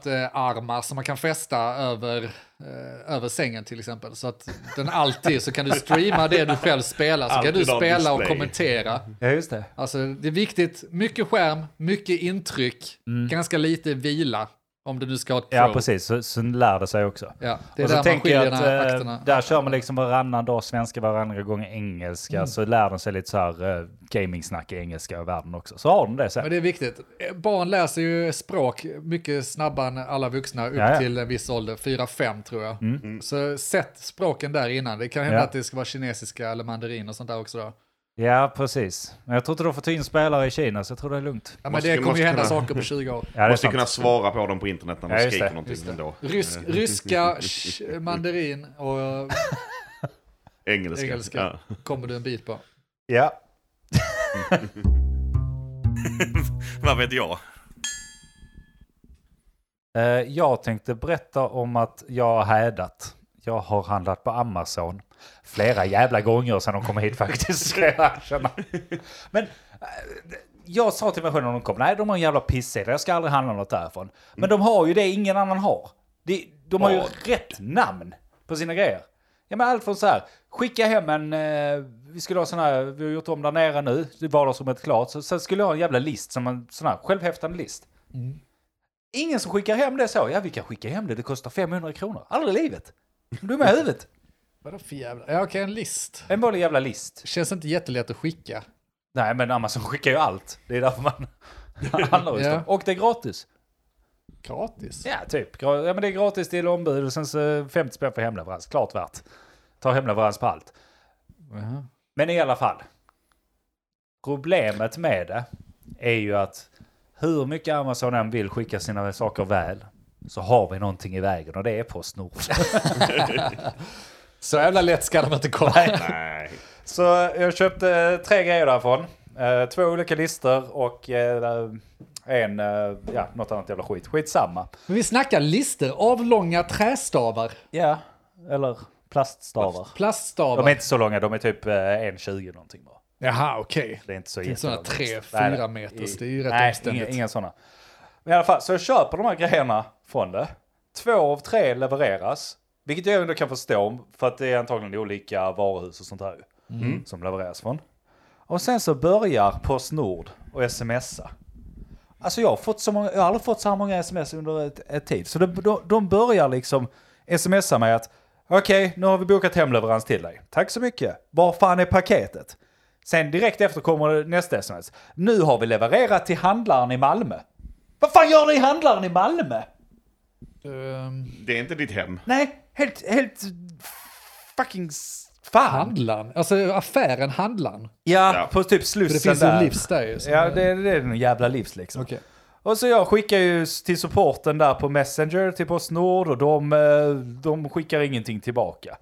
S1: sofplattearmar som man kan fästa över, eh, över sängen till exempel? Så att den alltid, så kan du streama det du själv spelar, så kan
S4: Alltid
S1: du
S4: ha
S1: spela och
S4: display.
S1: kommentera.
S3: Ja, just det.
S1: Alltså det är viktigt, mycket skärm, mycket intryck, ganska lite vila. Om du nu ska ha ett pro.
S3: Mm. Ja, precis. Så, så lär det sig också.
S1: Ja, det är
S3: Och
S1: där
S3: så
S1: man
S3: tänker jag
S1: skiljer
S3: att
S1: de här
S3: eh,
S1: akterna.
S3: där kör man liksom varannan dag svenska, varannan gång engelska.
S1: Mm.
S3: Så lär de sig lite så här eh, gamingsnack i engelska och världen också. Så har de det sen.
S1: Men det är viktigt. Eh, Barn läser ju språk mycket snabbare än alla vuxna upp
S3: Ja, ja.
S1: till en viss ålder, 4-5 tror jag. Så sätt språken där innan. Det kan hända
S3: Ja.
S1: att det ska vara kinesiska eller mandarin och sånt där också. Då.
S3: Ja, precis. Men jag tror inte de får ta in spelare i Kina, så jag tror det är lugnt.
S1: Ja, men
S4: Måste-
S1: det kommer ju
S4: måste
S1: hända
S4: kunna-
S1: saker på 20 år.
S3: Ja, det är
S4: Måste
S3: sant.
S4: kunna svara på dem på internet när de
S3: Ja, just
S4: skriker
S3: det.
S4: någonting ändå.
S1: Rysk, ryska, sh, mandarin och
S4: Engelska.
S1: engelska
S4: Ja.
S1: kommer du en bit på.
S3: Ja.
S2: Vad vet jag?
S3: Eh, Jag tänkte berätta om att jag har hädat. Jag har handlat på Amazon flera jävla gånger sedan de kom hit faktiskt. Ska jag erkänna. Men eh, jag sa till mig själv när de kom, nej de har en jävla pissida, jag ska aldrig handla något därifrån. Men de har ju det ingen annan har. De, de har ju
S4: Ja.
S3: rätt namn på sina grejer. Ja men allt från så här, skicka hem en, eh, vi skulle ha sån här, vi har gjort om där nere nu, det är vardagsrummet klart. Så, sen skulle jag ha en jävla list, som en sån här självhäftande list. Ingen som skickar hem det så. Ja, vi kan skicka hem det. Det kostar 500 kronor. Aldrig i livet. Du är med i huvudet.
S1: Vadå för jävla... Ja, okej, en list.
S3: En vanlig jävla list.
S1: Känns inte jättelätt att skicka.
S3: Nej, men Amazon skickar ju allt. Det är därför man handlar hos
S1: (laughs) Ja.
S3: dem. Och det är gratis.
S1: Gratis.
S3: Ja, typ. Gra- Ja, men det är gratis till ombud och sen så 50 spänn för hemleverans. Klart värt. Ta hemleverans på allt.
S1: Jaha.
S3: Men i alla fall. Problemet med det är ju att hur mycket Amazon än vill skicka sina saker väl så har vi någonting i vägen och det är Postnord.
S1: Så jävla lätt ska de inte komma.
S4: Nej.
S3: Så jag köpte eh, tre grejer därifrån. Eh, Två olika listor och eh, en, eh, ja, något annat jävla skit. Skitsamma.
S1: Men vi snackar lister, avlånga trästavar,
S3: Ja, eller plaststavar.
S1: plaststavar.
S3: De är inte så långa, de är typ eh, 1,20 någonting bara.
S1: Jaha, okej.
S3: Det är inte så
S1: Inte sådana
S3: jättelånga.
S1: tre,
S3: Nej, nej.
S1: fyra meters, det är ju rätt
S3: Nej,
S1: omständigt.
S3: inga, inga sådana. Men i alla fall, så jag köper de här grejerna från det. Två av tre levereras. Vilket jag ändå kan förstå, för att det är antagligen olika varuhus och sånt här ju, som levereras från. Och sen så börjar Postnord och smsa. Alltså jag har, fått så många, jag har aldrig fått så här många sms under ett, ett tid. Så de, de, de börjar liksom smsa mig att okej, nu har vi bokat hemleverans till dig. Tack så mycket. Var fan är paketet? Sen direkt efter kommer det nästa sms. Nu har vi levererat till handlaren i Malmö. Vad fan gör ni i handlaren i Malmö?
S1: Ehm,
S4: Det är inte ditt hem.
S3: Nej, helt, helt fucking s- fan.
S1: handlaren, alltså affären handlaren.
S3: Ja,
S4: Ja.
S3: på typ
S1: För det
S3: slussen
S1: finns ju
S3: där.
S1: en livs där ju. så-
S3: Ja, det, det är en jävla livs liksom.
S1: Okej.
S3: Och så jag skickar ju till supporten där på Messenger till Postnord och de, eh, de skickar ingenting tillbaka.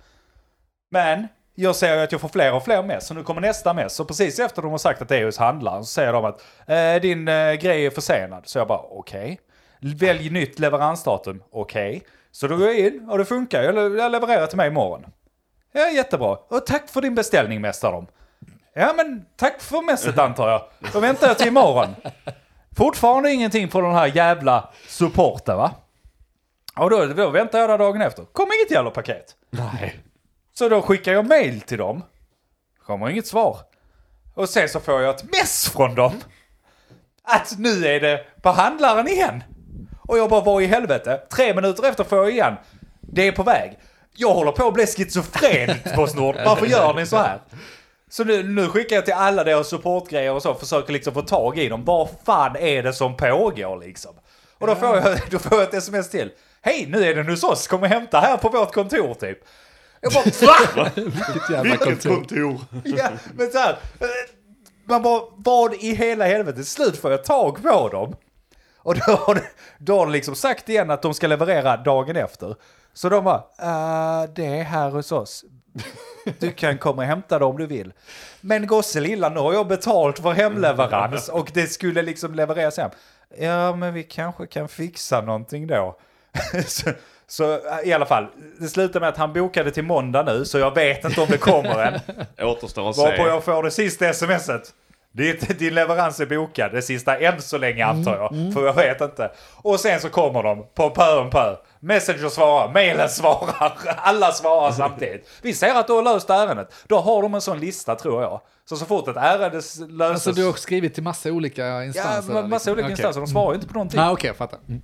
S3: Men jag ser ju att jag får fler och fler mess, så nu kommer nästa mess. Så precis efter de har sagt att det är hos handlaren så säger de att eh, din eh, grej är försenad. Så jag bara okej. Välj nytt leveransdatum, okej. Så då går jag in och det funkar, jag, le- jag levererar till mig imorgon. Ja, jättebra. Och tack för din beställning mästar de. Ja, men tack för messet antar jag. Då väntar jag till imorgon. Fortfarande ingenting från den här jävla supporten va? Och då, då väntar jag där dagen efter. Kommer inget jävla paket.
S4: Nej.
S3: Så då skickar jag mail till dem. Kommer inget svar. Och sen så får jag ett mess från dem. Att nu är det på handlaren igen. Och jag bara, vad i helvete? Tre minuter efter får jag igen. Det är på väg. Jag håller på att bli schizofren, Postnord. Varför gör ni så här? Så nu, nu skickar jag till alla deras supportgrejer och så, försöker liksom få tag i dem. Vad fan är det som pågår liksom? Och då får jag, (laughs) då får jag ett sms till. Hej, nu är den hos oss, kom och hämta här på vårt kontor typ. Jag bara, va?
S1: Vilket jävla kontor.
S4: kontor!
S3: (laughs) Ja, men så här, eh, man bara, vad i hela helvete, slut får jag tag på dem. Och då har, de- då har de liksom sagt igen att de ska leverera dagen efter. Så de bara, "Eh, det är här hos oss. Du kan komma och hämta det om du vill. Men gosselilla, nu har jag betalt för hemleverans och det skulle liksom levereras hem. Ja, men vi kanske kan fixa någonting då. (laughs) så, så eh, i alla fall, det slutade med att han bokade till måndag nu, så jag vet inte om det kommer än.
S4: Återstår att se.
S3: Varpå jag får det sista smset. Ditt, din leverans är bokad, det sista än så länge
S1: Mm,
S3: antar jag, för jag vet inte. Och sen så kommer de på pö om pö. Messenger svarar, mailen svarar, (laughs) alla svarar samtidigt. Vi ser att du har löst ärendet. Då har de en sån lista tror jag. Så så fort ett ärende s- löses...
S1: Alltså du har också skrivit till massa olika
S3: ja,
S1: instanser?
S3: ma- massa
S1: liksom.
S3: olika
S1: Okej.
S3: instanser, de svarar ju inte på någonting.
S1: Nej, okej, jag fattar. Mm.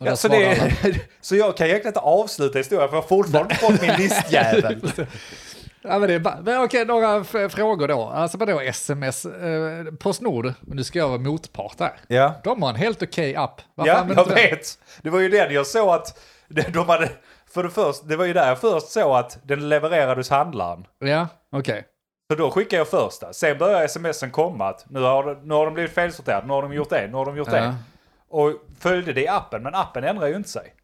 S1: Och
S3: Ja,
S1: där
S3: så,
S1: svarar
S3: det,
S1: alla.
S3: (laughs) så jag kan egentligen inte avsluta historien för jag har fortfarande inte
S1: (laughs)
S3: fått min listjävel.
S1: Ja, men det är bara, men okej, några f- frågor då. Alltså vadå sms? Eh, Postnord, men nu ska jag vara motpart där.
S3: Ja.
S1: De har en helt okej app. Varför
S3: Ja,
S1: använder
S3: jag
S1: inte den?
S3: vet. Det var ju den jag såg att de de hade... För det, först, det var ju där jag först såg att den levererades handlaren.
S1: Ja, okej.
S3: Så då skickade jag första. Sen började smsen komma att nu har, de- nu har de blivit felsorterade, nu har de gjort det, nu har de gjort
S1: Ja.
S3: det. Och följde det i appen, men appen ändrar ju inte sig.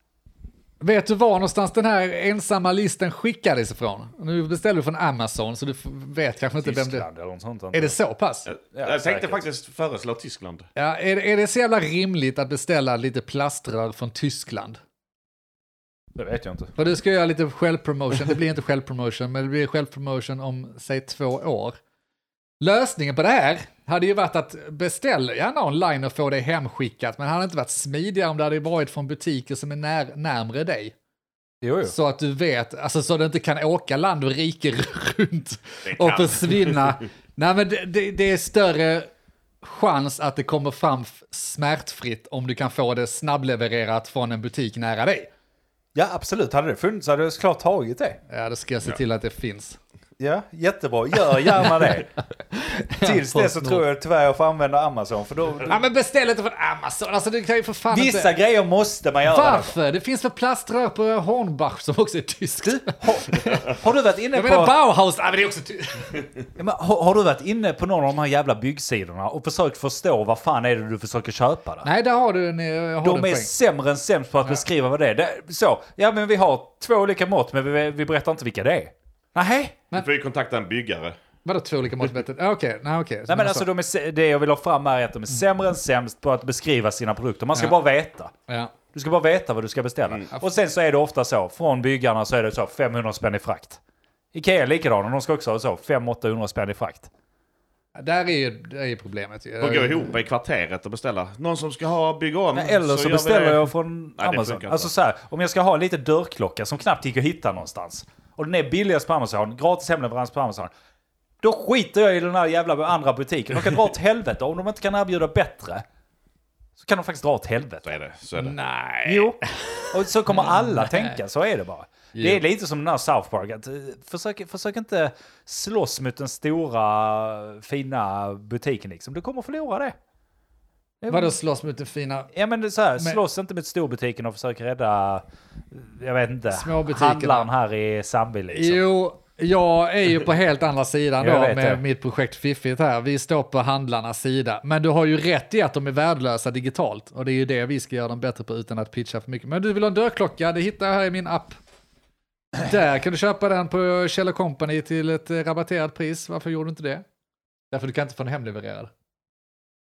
S1: Vet du var någonstans den här ensamma listen skickades ifrån? Nu beställer du från Amazon, så du f- vet kanske inte vem det
S3: Tyskland eller något sånt.
S1: är. det så pass?
S4: jag tänkte
S3: säkert.
S4: faktiskt föreslå Tyskland.
S1: Ja, är, är det så jävla rimligt att beställa lite plaströr från Tyskland?
S3: Det vet jag inte.
S1: För du ska jag göra lite självpromotion, det blir inte självpromotion, men det blir självpromotion om, säg två år. Lösningen på det här hade ju varit att beställa gärna online och få det hemskickat, men det hade inte varit smidigare om det hade varit från butiker som är när, närmre dig.
S3: Jo, jo.
S1: Så att du vet, alltså så du inte kan åka land och rike (laughs) runt
S4: kan.
S1: och
S3: (laughs)
S1: försvinna. Nej men det, det, det är större chans att det kommer fram f- smärtfritt om du kan få det snabblevererat från en butik nära dig.
S3: Ja, absolut. Hade det funnits hade jag såklart tagit det.
S1: Ja, då ska jag se till att det finns.
S3: Ja, jättebra. Gör
S1: (laughs)
S3: gärna det. Tills dess så
S1: Postnord.
S3: tror jag tyvärr jag får använda Amazon, för då...
S1: Ja men beställ inte från Amazon, alltså du kan ju för fan
S3: Vissa
S1: inte...
S3: grejer måste man göra.
S1: Varför? Det finns väl plaströr på Hornbach som också är tyskt?
S3: Har, har du varit
S1: (laughs)
S3: inne
S1: Jag
S3: på...
S1: menar Bauhaus, ja, men det är också
S3: (laughs)
S1: tyskt.
S3: Ja, men har, har du varit inne på någon av de här jävla byggsidorna och försökt förstå vad fan är det du försöker köpa där?
S1: Nej, där har du en, jag har en
S3: De är
S1: poäng.
S3: sämre än sämst på att beskriva vad det är. Det, så, ja men vi har två olika mått men vi, vi berättar inte vilka det är. Nej.
S4: Du får ju kontakta en byggare.
S1: Vadå två olika mått?
S3: (laughs)
S1: mätt? Ja, Okej, nej okej.
S3: Nej men alltså de är, sä- det jag vill ha fram är att de är sämre än sämst på att beskriva sina produkter. Man ska
S1: Mm. Ja. Mm.
S3: bara veta.
S1: Ja.
S3: Du ska bara veta vad du ska beställa. Och sen så är det ofta så, från byggarna så är det så 500 spänn i frakt. Ikea är likadana, de ska också ha så 500-800 spänn i frakt.
S1: Där är ju, där är ju problemet.
S4: Och gå ihop i kvarteret och beställa. Någon som ska ha bygga om.
S3: Nej, Eller så,
S4: Mm, gör vi
S3: beställer
S4: det.
S3: jag från
S4: det
S3: Amazon.
S4: funkar inte.
S3: Alltså så här, om jag ska ha en liten dörrklocka som knappt gick att hitta någonstans. Och den är billigast på Amazon, gratis hemleverans på Amazon. Då skiter jag i den här jävla andra butiken. De kan dra åt helvete. Om de inte kan erbjuda bättre så kan de faktiskt dra åt
S4: Så
S3: helvete.
S4: är det. Så är
S3: Mm.
S4: det.
S1: Nej.
S3: Jo, och så
S4: Mm,
S3: kommer alla tänka. Så är det bara. Det
S1: Jo.
S3: är lite som den här South Park. Att, eh, försök, försök inte slåss mot den stora fina butiken liksom. Du kommer förlora det. det är
S1: Vadå slåss mot det fina?
S3: Ja men det är så här,
S1: Men-
S3: slåss inte mot storbutiken och försök rädda, jag vet inte,
S1: Småbutikerna.
S3: handlaren här i Sandby liksom.
S1: Jo, Jag är ju på helt andra sidan då
S3: Jag vet
S1: med
S3: det.
S1: mitt projekt Fiffigt här. Vi står på handlarnas sida. Men du har ju rätt i att de är värdelösa digitalt. Och det är ju det vi ska göra dem bättre på utan att pitcha för mycket. Men du vill ha en dörrklocka? Det hittar jag här i min app. Där kan du köpa den på Kjell Company till ett eh, rabatterat pris. Varför gjorde du inte det? Därför du kan inte få den hemlevererad.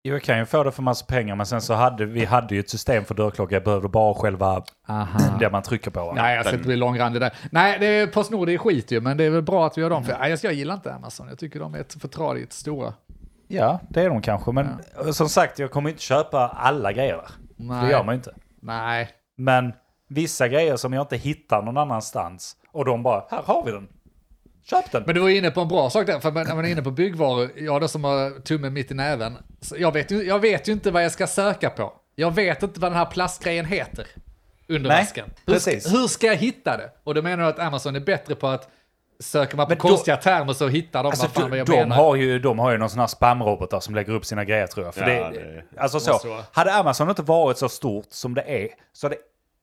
S3: Jo, jag kan ju få det för massa pengar, men sen så hade vi hade ju ett system för dörrklocka. Jag behövde bara själva
S1: Aha.
S3: det man trycker på.
S1: Nej, jag ska inte bli långrandig där. Nej, det är Postnord det är skit ju, men det är väl bra att vi gör dem. För, nej, jag- jag gillar inte Amazon, jag tycker de är ett för tradigt stora.
S3: Ja, det är de kanske. Men som sagt, jag kommer inte köpa alla grejer där. Det
S1: Nej.
S3: gör man ju inte.
S1: Nej,
S3: Men vissa grejer som jag inte hittar någon annanstans och de bara, här har vi den. Köp den.
S1: Men du var inne på en bra sak där, för när man är inne på byggvaror, jag då som har tummen mitt i näven, så jag vet, ju, jag vet ju inte vad jag ska söka på. Jag vet inte vad den här plastgrejen heter under
S3: Nej,
S1: asken. Hur, ska-
S3: precis.
S1: hur ska jag hitta det? Och då menar jag att Amazon är bättre på att söka man på
S3: Men då-
S1: konstiga termer så hittar de
S3: Alltså,
S1: vad fan
S3: de,
S1: jag
S3: de,
S1: menar.
S3: har ju, de har ju någon sån här spamrobotar som lägger upp sina grejer tror jag. För
S4: Ja,
S3: det,
S4: det-
S3: alltså
S1: måste
S3: så.
S1: vara.
S3: Hade Amazon inte varit så stort som det är så hade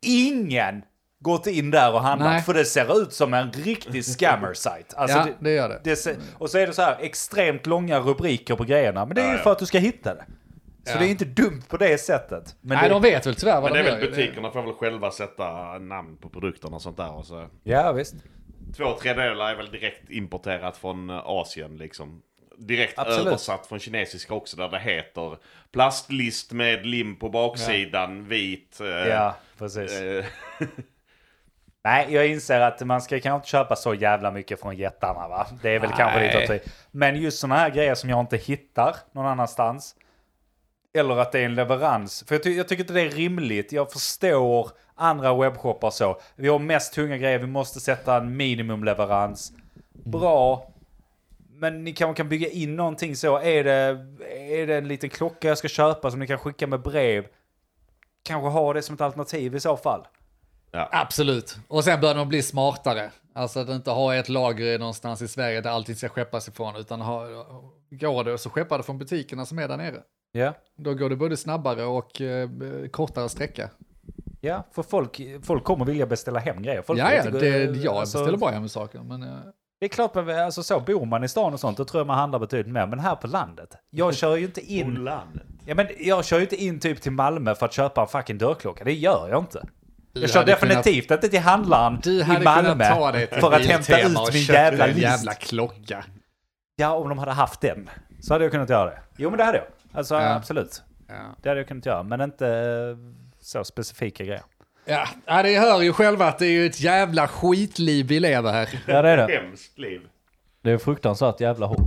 S3: ingen gått in där och handlat.
S1: Nej.
S3: För det ser ut som en riktig scammer-sajt. Alltså,
S1: Ja, det gör det.
S3: ser, och så är det så här extremt långa rubriker på grejerna. Men det är ju
S4: ja.
S3: för att du ska hitta det. Så
S1: Ja.
S3: det är inte dumt på det sättet. Men
S1: Nej,
S3: det,
S1: de vet väl tyvärr vad
S4: Men det
S1: de
S4: är
S1: gör.
S4: väl butikerna får väl själva sätta namn på produkterna och sånt där. Och så.
S3: Ja, visst.
S4: Två tredjedelar är väl direkt importerat från eh, Asien liksom. Direkt
S3: Absolut.
S4: översatt från kinesiska också där det heter plastlist med lim på baksidan, vit. eh,
S3: Ja, precis.
S4: eh,
S3: Nej, jag inser att man ska kanske inte köpa så jävla mycket från jättarna va? Det är väl kanske lite att ta i. Men just sådana här grejer som jag inte hittar någon annanstans. Eller att det är en leverans. För jag, ty- jag tycker inte det är rimligt. Jag förstår andra webbshoppar så. Vi har mest tunga grejer, vi måste sätta en minimumleverans. Bra. Men ni kanske kan bygga in någonting så. Är det, är det en liten klocka jag ska köpa som ni kan skicka med brev? Kanske ha det som ett alternativ i så fall.
S1: Absolut. Och sen börjar de bli smartare. Alltså att inte ha ett lager någonstans i Sverige där allting ska skeppas ifrån, utan ha, går det så skeppar det från butikerna som är där nere.
S3: Ja.
S1: Då går det både snabbare och eh, kortare sträcka.
S3: Alltså, Ja, för folk, folk kommer vilja beställa hem grejer. Folk
S1: Ja, ja,
S3: tycker-
S1: det, jag
S3: alltså,
S1: beställer bara hem saker. Men, eh,
S3: Det är klart, men alltså, så bor man i stan och sånt, då tror jag man handlar betydligt mer. Men här på landet,
S1: (laughs)
S3: jag kör ju inte in,
S4: landet.
S3: ja, men jag kör ju inte in typ till Malmö för att köpa en fucking dörrklocka. Det gör jag inte.
S1: Du
S3: Jag kör
S1: hade
S3: definitivt inte till handlaren
S1: du
S3: i
S1: hade
S3: Malmö
S1: kunnat ta dig till
S3: för att hämta
S1: Biltema
S3: ut
S1: och
S3: min
S1: köpa
S3: jävla
S1: en
S3: list.
S1: jävla klocka.
S3: Ja, om de hade haft den så hade jag kunnat göra det. Jo, men det hade jag. Alltså,
S1: Ja.
S3: absolut.
S1: Ja.
S3: Det hade jag kunnat göra, men inte eh, så specifika grejer.
S1: Ja. ja, det hör ju själva att det är ju ett jävla skitliv vi lever här.
S3: Ja, det är det.
S4: (laughs) Hemskt liv.
S3: Det är fruktansvärt jävla hårt.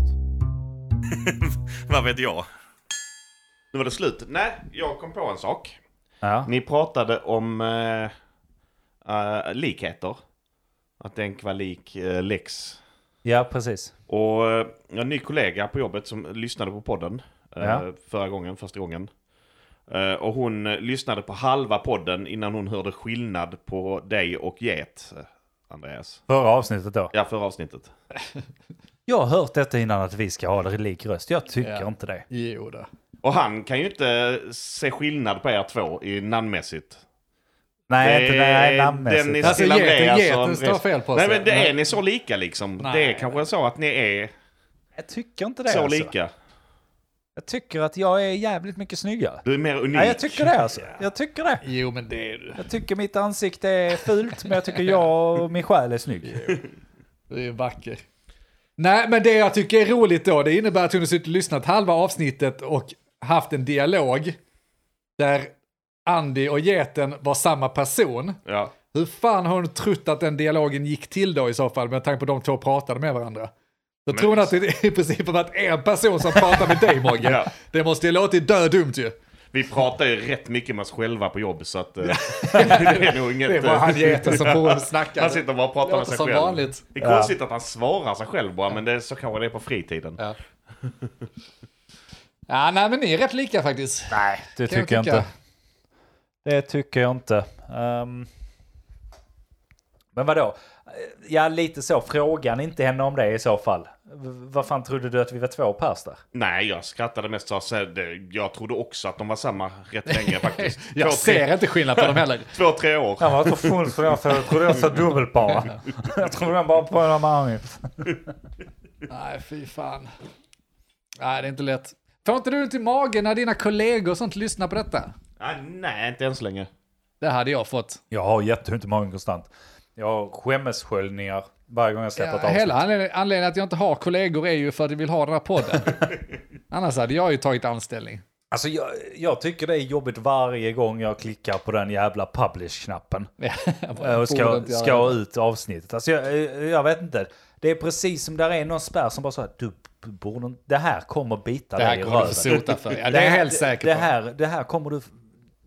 S4: Vad vet jag? Nu var det slut. Nej, jag kom på en sak.
S3: Ja.
S4: Ni pratade om eh, eh, likheter. Att den var lik eh, Lex.
S3: ja, precis.
S4: Och eh, jag har en ny kollega på jobbet som lyssnade på podden eh,
S3: Ja.
S4: förra gången, första gången. Eh, och hon eh, lyssnade på halva podden innan hon hörde skillnad på dig och get, eh, Andreas.
S3: Förra avsnittet då.
S4: Ja, förra avsnittet.
S3: Jag har hört detta innan att vi ska ha det lik röst. Jag tycker
S1: Ja.
S3: inte det.
S1: Jo då.
S4: Och han kan ju inte eh, se skillnad på er två i namnmässigt.
S3: Nej, inte nej,
S4: Den
S3: namnmässigt.
S4: är
S1: Alltså,
S4: till
S1: geten-
S4: Andreas och
S1: geten
S4: Andreas.
S1: står fel på
S4: Nej,
S1: sig.
S4: men det
S1: Nej.
S4: är ni så lika liksom. Det
S1: Nej.
S4: är kanske så att ni är
S3: Jag tycker inte det.
S4: så
S3: alltså.
S4: lika.
S3: Jag tycker att jag är jävligt mycket snyggare.
S4: Du är mer unik.
S3: Nej, jag tycker det alltså. Jag tycker det.
S1: Jo, men det är du.
S3: Jag tycker mitt ansikte är fult, men jag tycker jag och min själ är snygg.
S1: Du är ju vacker. Nej, men det jag tycker är roligt då, det innebär att hon har suttit och lyssnat halva avsnittet och haft en dialog där Andy och geten var samma person.
S4: Ja.
S1: Hur fan har hon trott att den dialogen gick till då i så fall med tanke på att de två pratade med varandra? Då tror hon att det i princip har varit en person som pratar med dig Mogge.
S4: Ja.
S1: Det måste ju låtit dödumt ju.
S4: Vi pratar ju rätt mycket med oss själva på jobb
S1: (laughs)
S4: så att... eh, det är nog inget... eh,
S1: Det var han geten som på
S4: (laughs) Han
S1: snackade.
S4: sitter bara och pratar
S1: Låter
S4: med sig
S1: som
S4: själv.
S1: vanligt.
S4: Det är konstigt att han svarar sig själv bara, men det är så kanske det är på fritiden.
S1: Ja. ja, nej men ni är rätt lika faktiskt.
S3: Nej, det
S1: Kan jag
S3: tycker jag
S1: tycka.
S3: inte. Det tycker jag inte. Ehm, Men vadå? Ja, lite så. Frågan inte henne om det i så fall. V- vad fan trodde du att vi var två pers där?
S4: Nej, jag skrattade mest. så här, det- Jag trodde också att de var samma
S1: (laughs)
S4: rätt länge faktiskt.
S1: Jag
S4: Två,
S1: ser
S4: tre,
S1: inte skillnad på dem heller.
S4: två, tre år.
S3: Jag var så full så jag trodde jag sa (laughs) dubbelpar. Jag trodde den bara på en arm.
S1: (laughs) Nej, fy fan. Nej, det är inte lätt. Får inte du ont i magen när dina kollegor och sånt lyssnar på detta?
S4: Ah, nej, inte än så länge.
S1: Det hade jag fått.
S3: Jag har jätteont i magen konstant. Jag har skämmessköljningar varje gång jag släpper ett
S1: Ja,
S3: avsnitt.
S1: hela anledningen, anledningen att jag inte har kollegor är ju för att jag vill ha den här
S3: (laughs)
S1: podden. Annars hade jag ju tagit anställning. (laughs)
S3: Alltså jag, jag tycker det är jobbigt varje gång jag klickar på den jävla publish-knappen. Eh, Och
S1: Borde
S3: ska,
S1: inte göra
S3: ska
S1: det.
S3: ut avsnittet. Alltså jag, eh, jag vet inte. Det är precis som där är någon spärr som bara så här, du b- borde inte- det här kommer bita
S1: Det här
S3: dig i
S1: kommer du
S3: röven.
S1: få sota för.
S3: (laughs)
S1: Ja, det är jag helt säker
S3: det,
S1: på.
S3: här, det här kommer du...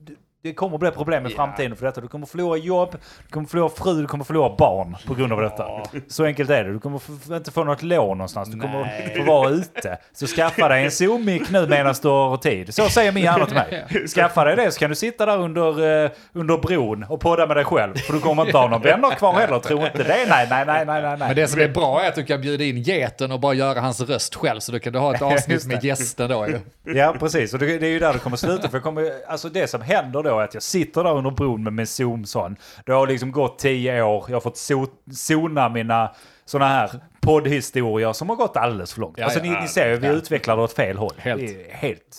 S3: det- Det kommer bli problem i framtiden för detta. Du kommer förlora jobb, du kommer förlora fru, du kommer förlora barn på grund av detta. Så enkelt är det. Du kommer f- inte få något lån någonstans. Du kommer få vara ute. Så skaffa dig en Zoom-mick nu medan du har tid. Så säger min hjärna till mig. Skaffa dig det så kan du sitta där under, eh, under bron och podda med dig själv. För du kommer inte ha några vänner kvar heller. Tro inte det. Nej, nej, nej, nej, nej.
S1: Men
S3: nej.
S1: det som är bra är att du kan bjuda in geten och bara göra hans röst själv, så då kan du
S3: (laughs)
S1: ha ett avsnitt
S3: Just det.
S1: med gästen då ju.
S3: Ja, precis. Och det, det är ju där det kommer sluta. För jag kommer, alltså det som händer då är att jag sitter där under bron med min Zoom-son. Det har liksom gått tio år. Jag har fått so sona mina sådana här poddhistorier som har gått alldeles för långt.
S1: Ja,
S3: alltså
S1: ja.
S3: ni, ni ser ju, vi utvecklar det åt fel håll.
S1: Helt.
S3: Det är helt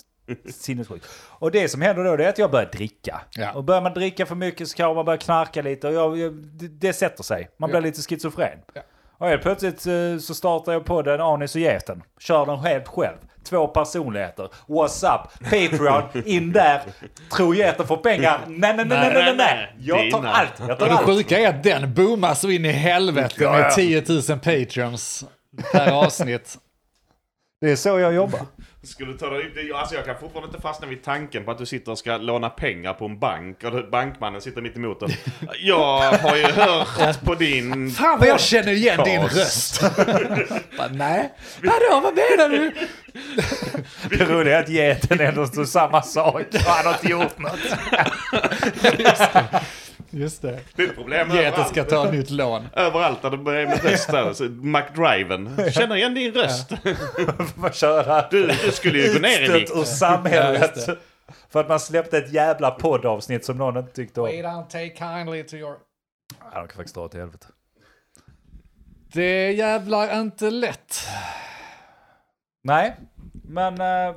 S3: sinnessjukt. Och det som händer då det är att jag börjar dricka.
S1: Ja.
S3: Och börjar man dricka för mycket så kanske man börjar knarka lite. Och jag, jag, det, det sätter sig. Man blir lite schizofren.
S1: Ja.
S3: Och helt plötsligt eh, så startar jag podden Anis och Geten. Kör den helt själv. Två personligheter. Whatsapp, Patreon, in där. Tror geten får pengar. Nej, nej, nej, nej, nej, nej. Jag tar
S4: Dina.
S3: allt. Jag tar
S1: Och det
S3: allt.
S1: sjuka är att den boomar så in i helvete
S3: Ja,
S1: med
S3: ja.
S1: 10 000 patreons per avsnitt.
S3: Det är så jag jobbar.
S4: Skulle ta det, det- alltså jag kan fortfarande inte fastna vid tanken på att du sitter och ska låna pengar på en bank och bankmannen sitter mitt
S1: (laughs)
S4: emot dig. Jag har ju hört på din...
S1: Fan vad jag känner igen din
S4: Kaos.
S1: röst. (laughs) Bara, Nej, vadå, vad menar du?
S3: Det roliga är att geten ändå står samma sak. Och han har inte gjort något.
S1: Just det.
S4: Det är problem
S1: Geten
S4: överallt.
S1: ska ta nytt lån.
S4: Överallt där det börjar
S1: (laughs)
S4: med rösten. Så McDriven. Känner igen din röst.
S3: Man kör här.
S4: Du, du skulle ju gå ner i vikt.
S3: Utstött
S1: Ja,
S3: ur
S1: just
S3: samhället.
S1: det.
S3: För att man släppte ett jävla poddavsnitt som någon inte tyckte om.
S1: We don't take kindly to your...
S3: Ja, de kan faktiskt dra till helvete.
S1: Det är jävlar inte lätt.
S3: Nej, men eh,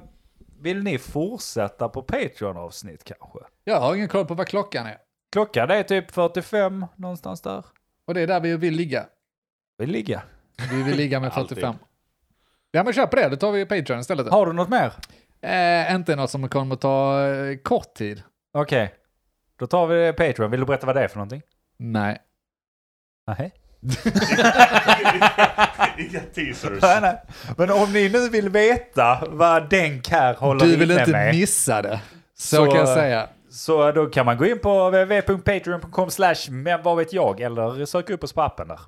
S3: vill ni fortsätta på Patreon-avsnitt kanske?
S1: Jag har ingen koll på vad klockan är.
S3: Klockan är typ 45 någonstans där.
S1: Och det är där vi vill ligga.
S3: Vi ligger.
S1: Vi vill ligga (laughs) med
S4: Alltid.
S1: 45. Ja men köp det, då tar vi Patreon istället.
S3: Har du något mer?
S1: Eh, inte något som kommer att ta eh, kort tid.
S3: Okej, då tar vi Patreon. Vill du berätta vad det är för någonting?
S1: Nej.
S3: Nej.
S4: Inga (laughs) teasers.
S3: nej, nej. Men om ni nu vill veta vad Denk här håller
S1: Du vill
S3: inne
S1: inte
S3: med
S1: missa det. Så,
S3: Så,
S1: kan jag
S3: eh,
S1: säga.
S3: så då kan man gå in på www.patreon.com slash men vad vet jag eller sök upp oss på appen där.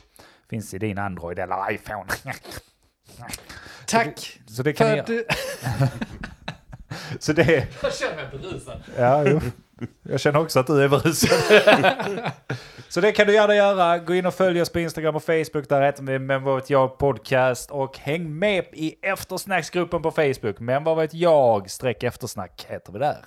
S3: Finns i din Android eller iPhone. (laughs)
S1: Tack
S3: Så det kan
S1: för
S3: ni
S1: att
S3: göra.
S1: du...
S3: Så det,
S1: Jag känner mig berusad.
S3: Ja, jo. Jag känner också att du
S1: (laughs)
S3: är berusad. Så det kan du gärna göra. Gå in och följ oss på Instagram och Facebook. Där heter vi Men vad vet jag podcast. Och häng med i eftersnacksgruppen på Facebook. Men vad vet jag streck eftersnack heter vi där.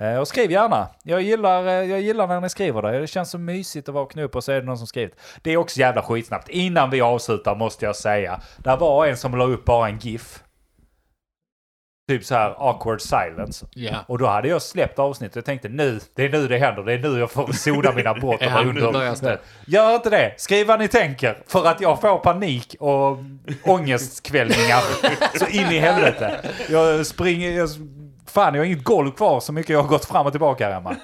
S3: Eh, Och skriv gärna. Jag gillar, eh, jag gillar när ni skriver det. Det känns så mysigt att vakna upp och så är det någon som skrivit. Det är också jävla skitsnabbt. Innan vi avslutar måste jag säga. Där var en som la upp bara en GIF. Typ så här awkward silence. (laughs)
S1: Ja.
S3: Och då hade jag släppt avsnittet och tänkte nu, det är nu det händer, det är nu jag får soda
S1: (laughs)
S3: mina brott. och
S1: Ja,
S3: vara
S1: nu
S3: under-
S1: börjar det.
S3: Gör inte det, skriv vad ni tänker, för att jag får panik och
S1: (laughs)
S3: ångestkvällningar så in i helvete. Jag springer, jag, fan jag har inget golv kvar så mycket jag har gått fram och tillbaka här man.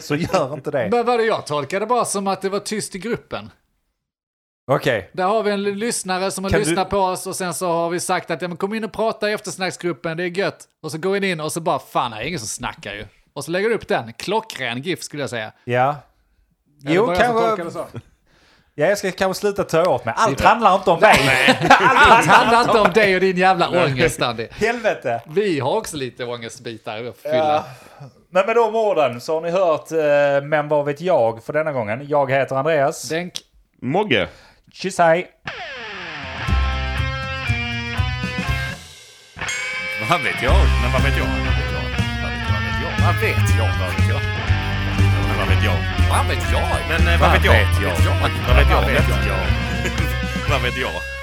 S3: Så gör inte det.
S1: Men vad det jag tolkade bara som att det var tyst i gruppen.
S3: Okej,
S1: Där har vi en l- lyssnare som har
S3: Kan du-
S1: lyssnat på oss och sen så har vi sagt att ja, men kom in och prata i eftersnacksgruppen, det är gött. Och så går vi in och så bara fan, här är ingen som snackar ju. Och så lägger du upp den, klockren GIF skulle jag säga.
S3: ja.
S1: Eller
S3: Jo,
S1: var jag som tolkade
S3: kanske...
S1: så?
S3: (laughs) Ja, jag ska kanske sluta ta åt mig. Allt handlar inte om mig.
S1: Allt handlar inte om dig och din jävla ångest Andy.
S3: (laughs) Helvete.
S1: Vi har också lite ångestbitar att fylla.
S3: Ja. Men med de orden så har ni hört eh, Men vad vet jag för denna gången. Jag heter Andreas.
S1: Denk.
S4: Mogge.
S5: Chisai.
S3: Vad vet jag? Men vad vet jag? Vad vet jag? Vad vet jag? Vad vet jag? Vad vet jag? Men vad vet jag? Vad vet jag? Men eh, vad vet jag? Vad vet jag? Vad vet jag? Vad vet jag?